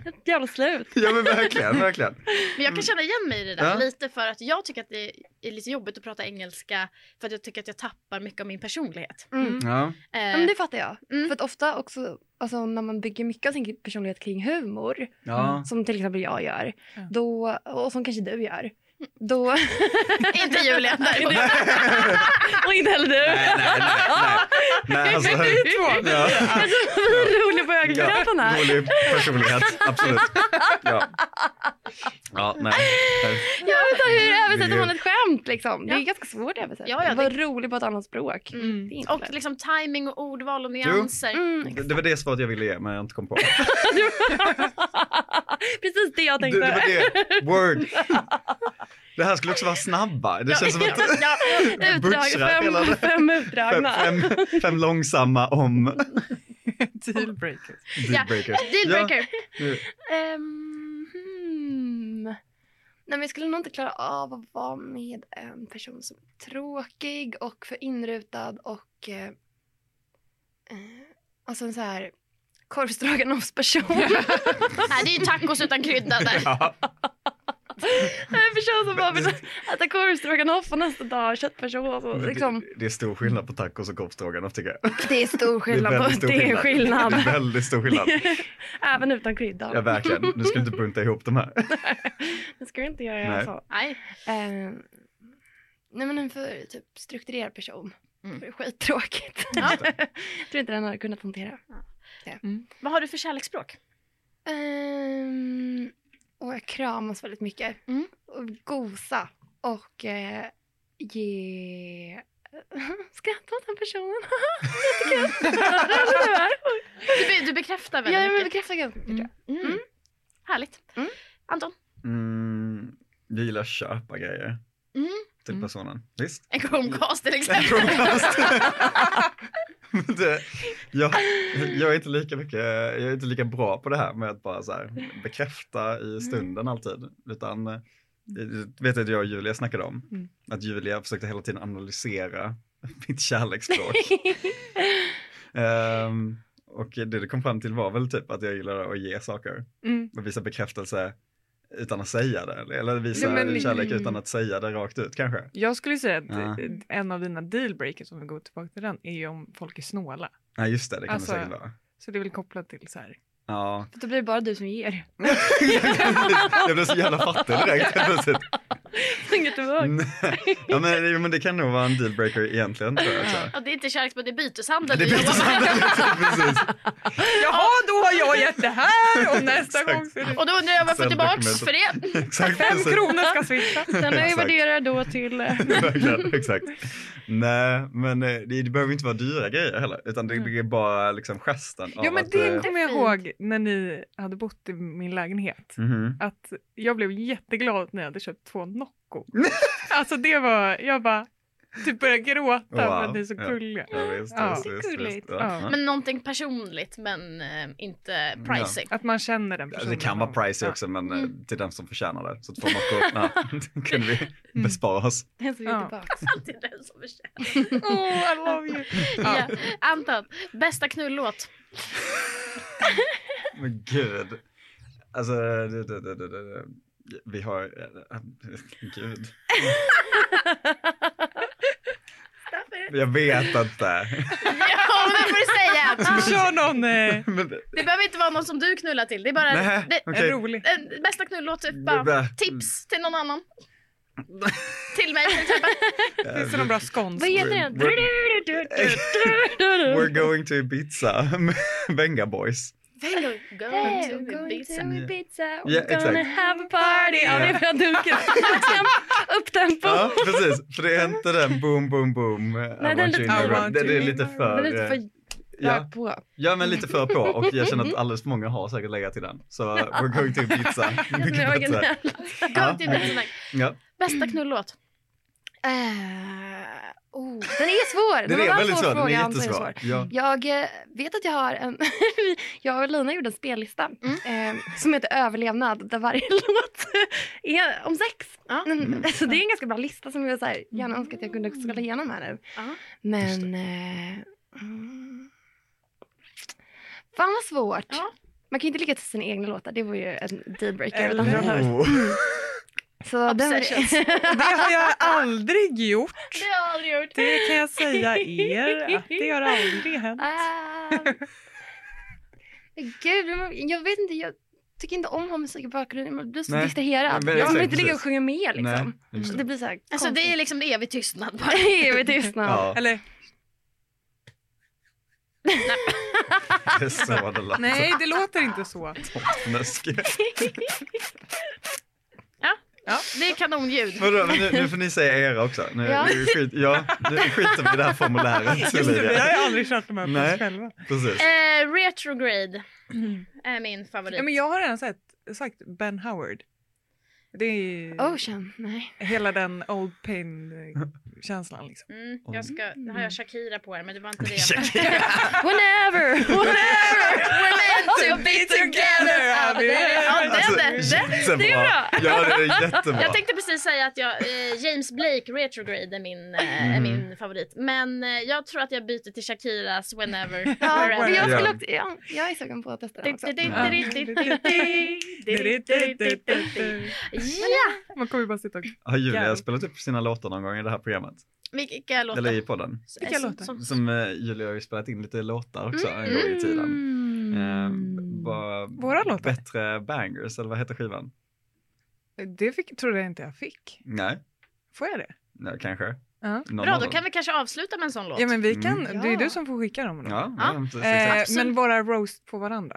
Ett jävla slut. Ja men verkligen, verkligen. Men jag kan känna igen mig i det där Mm. Ja. lite för att jag tycker att det är lite jobbigt att prata engelska för att jag tycker att jag tappar mycket av min personlighet. Mm. Ja. Eh, Ja, men det fattar jag. Mm. För att ofta också, alltså, när man bygger mycket av sin personlighet kring humor, Ja. som till exempel jag gör, Ja. då, och som kanske du gör, då... Inte Julia. Där. Och inte heller du. Nej, nej, nej. nej. nej alltså, ja. Vi är roliga på ögonknäppen ja, här. rolig personlighet, absolut. Ja, ja nej. nej. Jag vet inte, hur Det- översätter man ett skämt liksom? Det är Ja. ganska svårt att översätta. Ja, ja, Var rolig på ett annat språk. Mm. Det är inte Och lätt. liksom timing och ordval och nyanser. Mm, Det, det var det svaret jag ville ge men jag inte kom på. Precis det jag Det, det tänkte. var det, word. Det här skulle också vara snabba. Det känns som att Ja, utdrag, butchrar hela fem, det. fem fem, utdragna. fem, fem långsamma om Dealbreaker. dealbreakers. Dealbreaker. Ehm, hmm. Nej, men jag skulle nog inte klara av att vara med en person som är tråkig och för inrutad och... Eh, eh, alltså en så här korvstroganoffsperson. Nej, det är ju tacos utan krydda där. Ja. En person som bara vill äta korvstroganoff och nästa dag har köttfärssås. Alltså, Men och Det, Liksom. det är stor skillnad på tacos och korvstroganoff tycker jag. det är stor skillnad. väldigt på, stor Det är Det skillnad. är väldigt stor skillnad. Även utan krydda. Ja verkligen, du ska inte bunta ihop de här. Det ska vi inte göra. Nej. Alltså. Nej. Ehm, nej men en för typ, strukturerad person. Mm. Det är Skittråkigt. Ja. jag tror inte den hade kunnat hantera. Vad har du för kärleksspråk? Ehm, och jag kramas väldigt mycket. Mm. Och gosa. Och eh, ge... Skratta åt den personen. Du, be- du bekräftar väldigt Jag mycket. bekräftar ganska mycket tror Mm. Mm. Härligt. Mm. Anton, Mm, jag gillar att köpa grejer Mm. till Mm. personen. Visst? en Chromecast till En exempel. Chromecast. Men det, jag, jag, är inte lika mycket, jag är inte lika bra på det här med att bara så här bekräfta Mm. i stunden alltid. Utan, eh, det vet jag att jag och Julia snackade om. Mm. Att Julia försökte hela tiden analysera mitt kärleksspråk. Ehm, och det det kom fram till var väl typ att jag gillar att ge saker. Mm. Och visa bekräftelse utan att säga det. Eller visa Nej, men- kärlek utan att säga det rakt ut kanske. Jag skulle säga att Ja. eh, en av dina dealbreakers, om vi går tillbaka till den, är ju om folk är snåla. Nej just det, det kan Alltså- det säkert vara. Så det är väl kopplat till så här. Ja. För då blir det bara du som ger. jag blev så jävla fattig direkt helt plötsligt. Inget ihåg. Mm, Nej. ja, men, jo, men det kan nog vara en dealbreaker egentligen tror jag. Också. Ja, det är inte kärlek, men det är byteshandel. Det vi blir jobbar med. intressant. Precis. Jaha, då har jag gett det här och nästa Exakt. gång så är det Och då undrar jag vad jag får Sen tillbaks dokumentet. för det. Exakt. fem precis. kronor ska swisha. Den är ju Exakt. värderad då till... eh, Verkligen, Exakt. Nej, men eh, det, det behöver inte vara dyra grejer heller, utan det, det är bara liksom gesten. Ja av men att, det eh, kommer jag fint. ihåg när ni hade bott i min lägenhet. mhm. Att jag blev jätteglad när jag hade köpt två Nocco. alltså det var, jag bara typ började gråta för att Wow. ni är så Ja. gulliga. Ja, visst, Ja. visst, visst, visst. Gulligt. Ja. Ja. Men någonting personligt, men eh, inte pricing. Att man känner den Ja, personen. Alltså, Det kan vara pricey Ja. också men eh, Mm. till den som förtjänar det. Så två mackor, ja, det kunde vi Mm. bespara oss. Den som Ja. gick Mm. tillbaka. Det är den som är kär. Oh, I love you. Ja. Anton, bästa knullåt? Men gud. Alltså, det, det, det, det, det. vi har, eh, gud. Jag vet inte. Ja, men det får du säga. Kör någon eh, Men, Det behöver inte vara någon som du knullar till. Det är bara nej, det, okej. rolig. en, bästa knullåt. typ Bara, Bra. tips till någon annan. till mig till exempel. Finns det någon bra skånsk? Vad heter den? We're- Eh, We're going to Ibiza med Venga Boys. Go Hey, to we're going Ibiza. to Ibiza, Ja, we're exakt. gonna have a party. Ja, det är bra dunkel. Upptempo. Ja, precis. För det är inte den boom, boom, boom. eh, Nej, den är lite för- det, det är lite för... Den är lite eh, för ja, rakt på. ja, men lite för på. Och jag känner att alldeles för många har säkert legat till den. Så we're going to Ibiza. Den Mycket är bättre. originell. Go to Ibiza. Ja, Bästa knullåt? Eh, oh, den är svår. den var är en väldigt svår svår. Den är fråga, antar jag jättesvår. Ja. Jag eh, vet att jag har en... jag och Lina gjorde en spellista Mm. eh, som heter Överlevnad där varje låt är om sex. Ja. Mm. Men, Så det är en ganska bra lista som jag så här, gärna önskar att jag kunde skrolla igenom här nu. Ja. Just Men... Eh, mm. Fan vad svårt. Ja. Man kan ju inte ligga till sina egna låtar, det vore ju en dealbreaker. Eller- Eller? Oh. Så den, Obsessions. Det har jag aldrig gjort. Det har jag aldrig gjort. Det kan jag säga er att det har aldrig hänt. Ah. Gud, men jag vet inte. Jag tycker inte om att ha musik i bakgrunden. Man blir så Nej, distraherad. men jag vill exakt, inte ligga och precis. sjunga med liksom. Nej, just Så det. det blir så här Alltså det är konstigt. liksom evig tystnad bara. Evig tystnad. Ja, Eller det är så det låter. nej, det låter inte så. Toppnäskigt. Det är kanonljud. Vadå, men nu, nu får ni säga era också. Nu, Ja. nu, skit, ja, nu skiter vi i det här formuläret. Just det, vi har Lydia. ju aldrig kört de här på Nej. oss själva. Precis. Eh, retrograde är min favorit. Ja, men jag har redan sett, sagt Ben Howard. Det är ju Oh, Ocean, nej. hela den Old Pain-känslan. Liksom. Mm, jag ska, nu har jag Shakira på här men det var inte det. Whenever! Alltså, Whatever we're meant to be together. Ja, det- ja, den- Alltså, den- den- det är bra. Ja, det är jättebra. Jag tänkte precis säga att jag, eh, James Blake retrograde är min, Mm. eh, är min favorit. Men eh, jag tror att jag byter till Shakiras whenever. Ja, men jag, Ja. skulle också, ja, jag är sugen på att testa den också. Mm. Ja! Man kommer ju bara sitta och... Har Julia spelat upp sina låtar någon gång i det här programmet? Vilka låtar? Eller i podden? Vilka Som- låtar? som- Som eh, Julia har ju spelat in lite låtar också en gång i tiden. Mm. Eh, bara Våra låtar? Bättre bangers, eller vad heter skivan? Det fick, trodde jag inte jag fick. Nej, Får jag det? nej kanske. Ja. Någon Bra, av då dem. kan vi kanske avsluta med en sån låt. Ja, men vi kan, Mm. Det är Ja. du som får skicka dem. Då. Ja, Ja. ja. precis, Eh, exakt. men bara roast på varandå.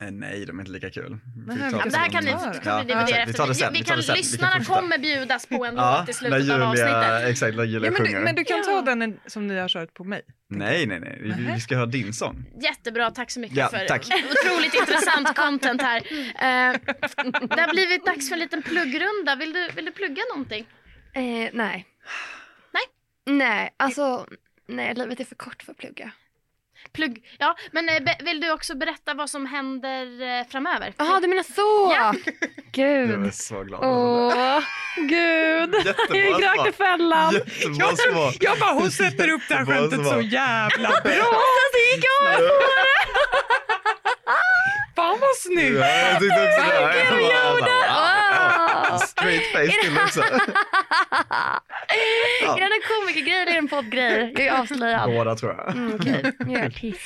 Eh, nej, de är inte lika kul. Nej, tar men Ja, det här kan ni sen. vi- kan vi dividera exakt. efter. Vi tar det sen. Vi vi tar kan, det sen. Vi kan lyssnarna fortsätta. kommer bjudas på en Ja, låt i när slutet av avsnittet. Julia, exakt, när Julia Ja, men, sjunger. du, men du kan ta Ja. den en- som ni har kört på mig. Nej, nej, nej. Vi, vi ska höra din sång. Jättebra, tack så mycket Ja, för tack. otroligt intressant content här. Eh, det har blivit dags för en liten pluggrunda. Vill du, vill du plugga någonting? Eh, nej. Nej. Nej, alltså nej, livet är för kort för att plugga. Plugg. Ja, men eh, be- vill du också berätta vad som händer eh, framöver? Jaha, du menar så! Ja. Jag är Gud. så glad. över Åh, gud. det. alltså- Jag gick Jättebra rakt i svar. fällan. Jättebra svar. Jag bara, hon sätter upp det här Vad skämtet bra. så jävla bra! Fan vad snyggt! Ja, jag tyckte också det. Jag bara, Åh. Straight face till också. Är det en komikergrej eller är det en poddgrej? Jag är avslöjad. Båda tror jag. Mm, Okej, nu är jag artist.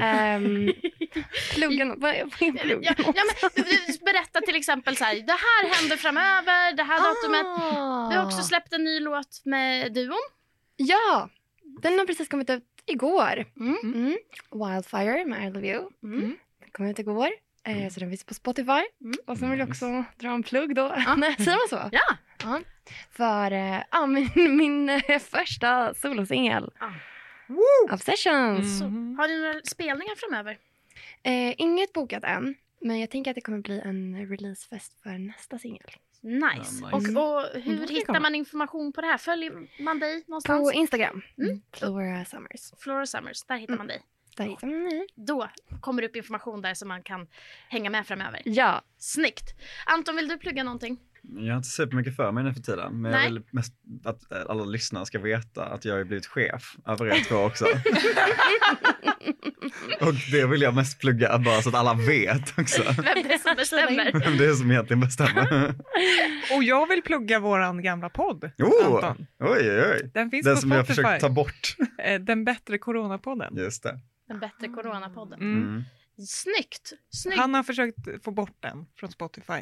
Ehm, plugga något. Vad är min plugg? Ja, ja, men, du- du berätta till exempel så här, det här händer framöver, det här Ah. datumet. Vi har också släppt en ny låt med duon. Ja, den har precis kommit ut igår. Mm. Mm. Wildfire med I Love You. Mm. Den kom ut igår. eh, Så den finns på Spotify. Mm. Och sen vill jag Nice. också dra en plugg då. Nej, säger man så? Ja. ja. För eh, ja, min, min eh, första solosingel. Ja. Obsessions. Så, Mhm. har ni några spelningar framöver? Eh, inget bokat än. Men jag tänker att det kommer bli en releasefest för nästa singel. Nice. Ja, nice. Och, och hur Mm. hittar man information på det här? Följer man dig någonstans? På Instagram. Mm. Flora Summers. Flora Summers, där hittar man dig. Där hittar man mig. Då kommer det upp information där som man kan hänga med framöver. Ja, Snyggt! Anton, vill du plugga någonting? Jag har inte supermycket för mig nu för tiden. Men jag Nej. vill mest att eh, alla lyssnare ska veta att jag har blivit chef över er två också. Och det vill jag mest plugga bara så att alla vet också. Vem det är som bestämmer? Vem det är som egentligen bestämmer. Och jag vill plugga våran gamla podd, Oh, Anton. oj, oj, oj. Den finns Den på som jag Spotify. försökt ta bort. Eh, Den bättre coronapodden. Just det. Den bättre coronapodden. Mm. Mm. Snyggt! Snyggt! Han har försökt få bort den från Spotify.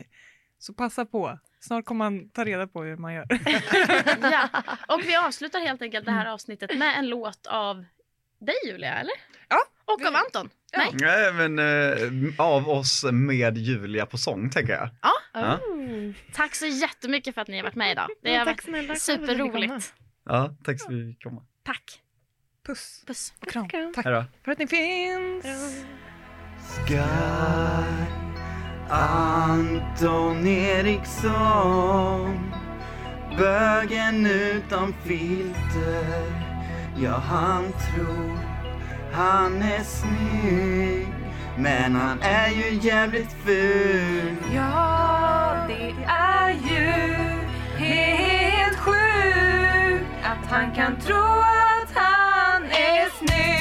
Så passa på. Snart kommer han ta reda på hur man gör. Ja. Och vi avslutar helt enkelt det här avsnittet med en låt av dig Julia, eller? Ja, Och det- av Anton. Nej. Nej, men eh, av oss med Julia på sång tänker jag. Oh. Ja. Tack så jättemycket för att ni har varit med idag. Det men har Mm, tack varit snälla. själv för att ni fick komma. superroligt. Ja, tack så mycket. Komma. Tack! Puss Puss! och kram. kram. Tack Hej då. för att ni finns. Sky Anton Eriksson Bögen utan filter Ja, han tror han är snygg Men han är ju jävligt ful Ja, det är ju helt sjukt att han kan tro att han är snygg.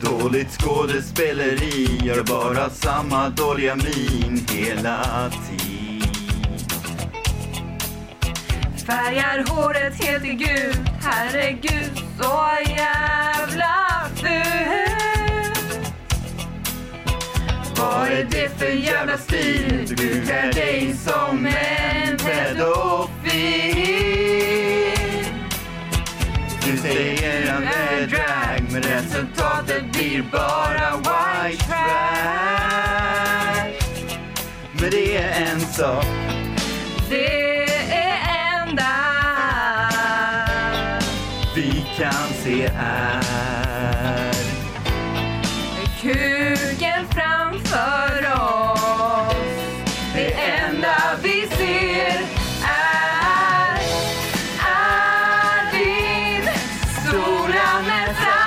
Dåligt skådespeleri Gör bara samma dåliga min hela tiden Färgar håret helt i gult, herregud så jävla fult. Vad är det för jävla stil? Du klär dig som en pedofil. Du säger att det är drag men resultatet blir bara white trash Men det är en sak Det är enda vi kan se här kuken framför oss. Det enda vi ser är, är din stora näsa.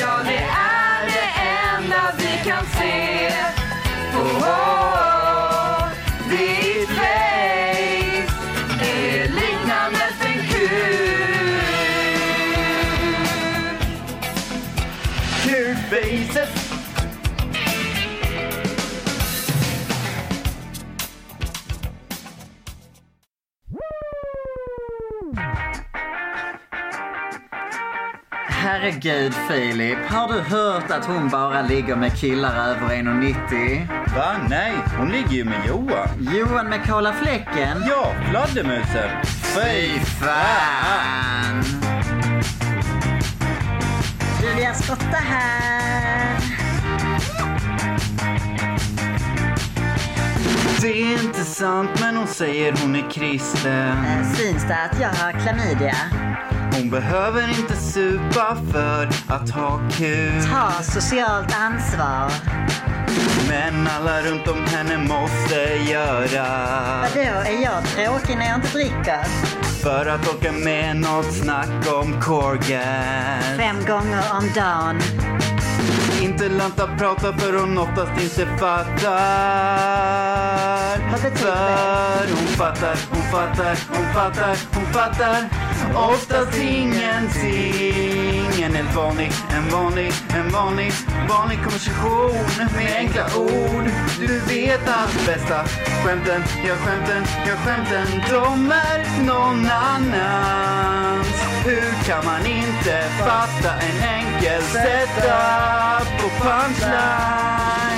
Ja, det är det enda vi kan se. Oh, oh, ditt face, det är liknandet en kuk. Cute faces Herregud Filip, har du hört att hon bara ligger med killar över 1,90? Va? Nej, hon ligger ju med Johan. Johan med kala fläcken? Ja, fladdermusen. Fy fan! Julia Skotta här. Det är inte sant, men hon säger hon är kristen. Eh, Syns det att jag har klamydia? Hon behöver inte supa för att ha kul. Ta socialt ansvar. Men alla runt om henne måste göra. Vadå, är jag tråkig när jag inte dricker? För att orka med något snack om korgen. Fem gånger om dagen. Inte lanta prata för hon oftast inte fattar. Vad betyder För hon fattar, hon fattar, hon fattar, hon fattar. Oftast ingenting. ingen helt vanlig, en vanlig, en vanlig, vanlig konversation med enkla ord. Du vet allt bästa. Skämten, jag skämten, jag skämten, de är någon annans. Hur kan man inte fatta en enkel setup på punchline?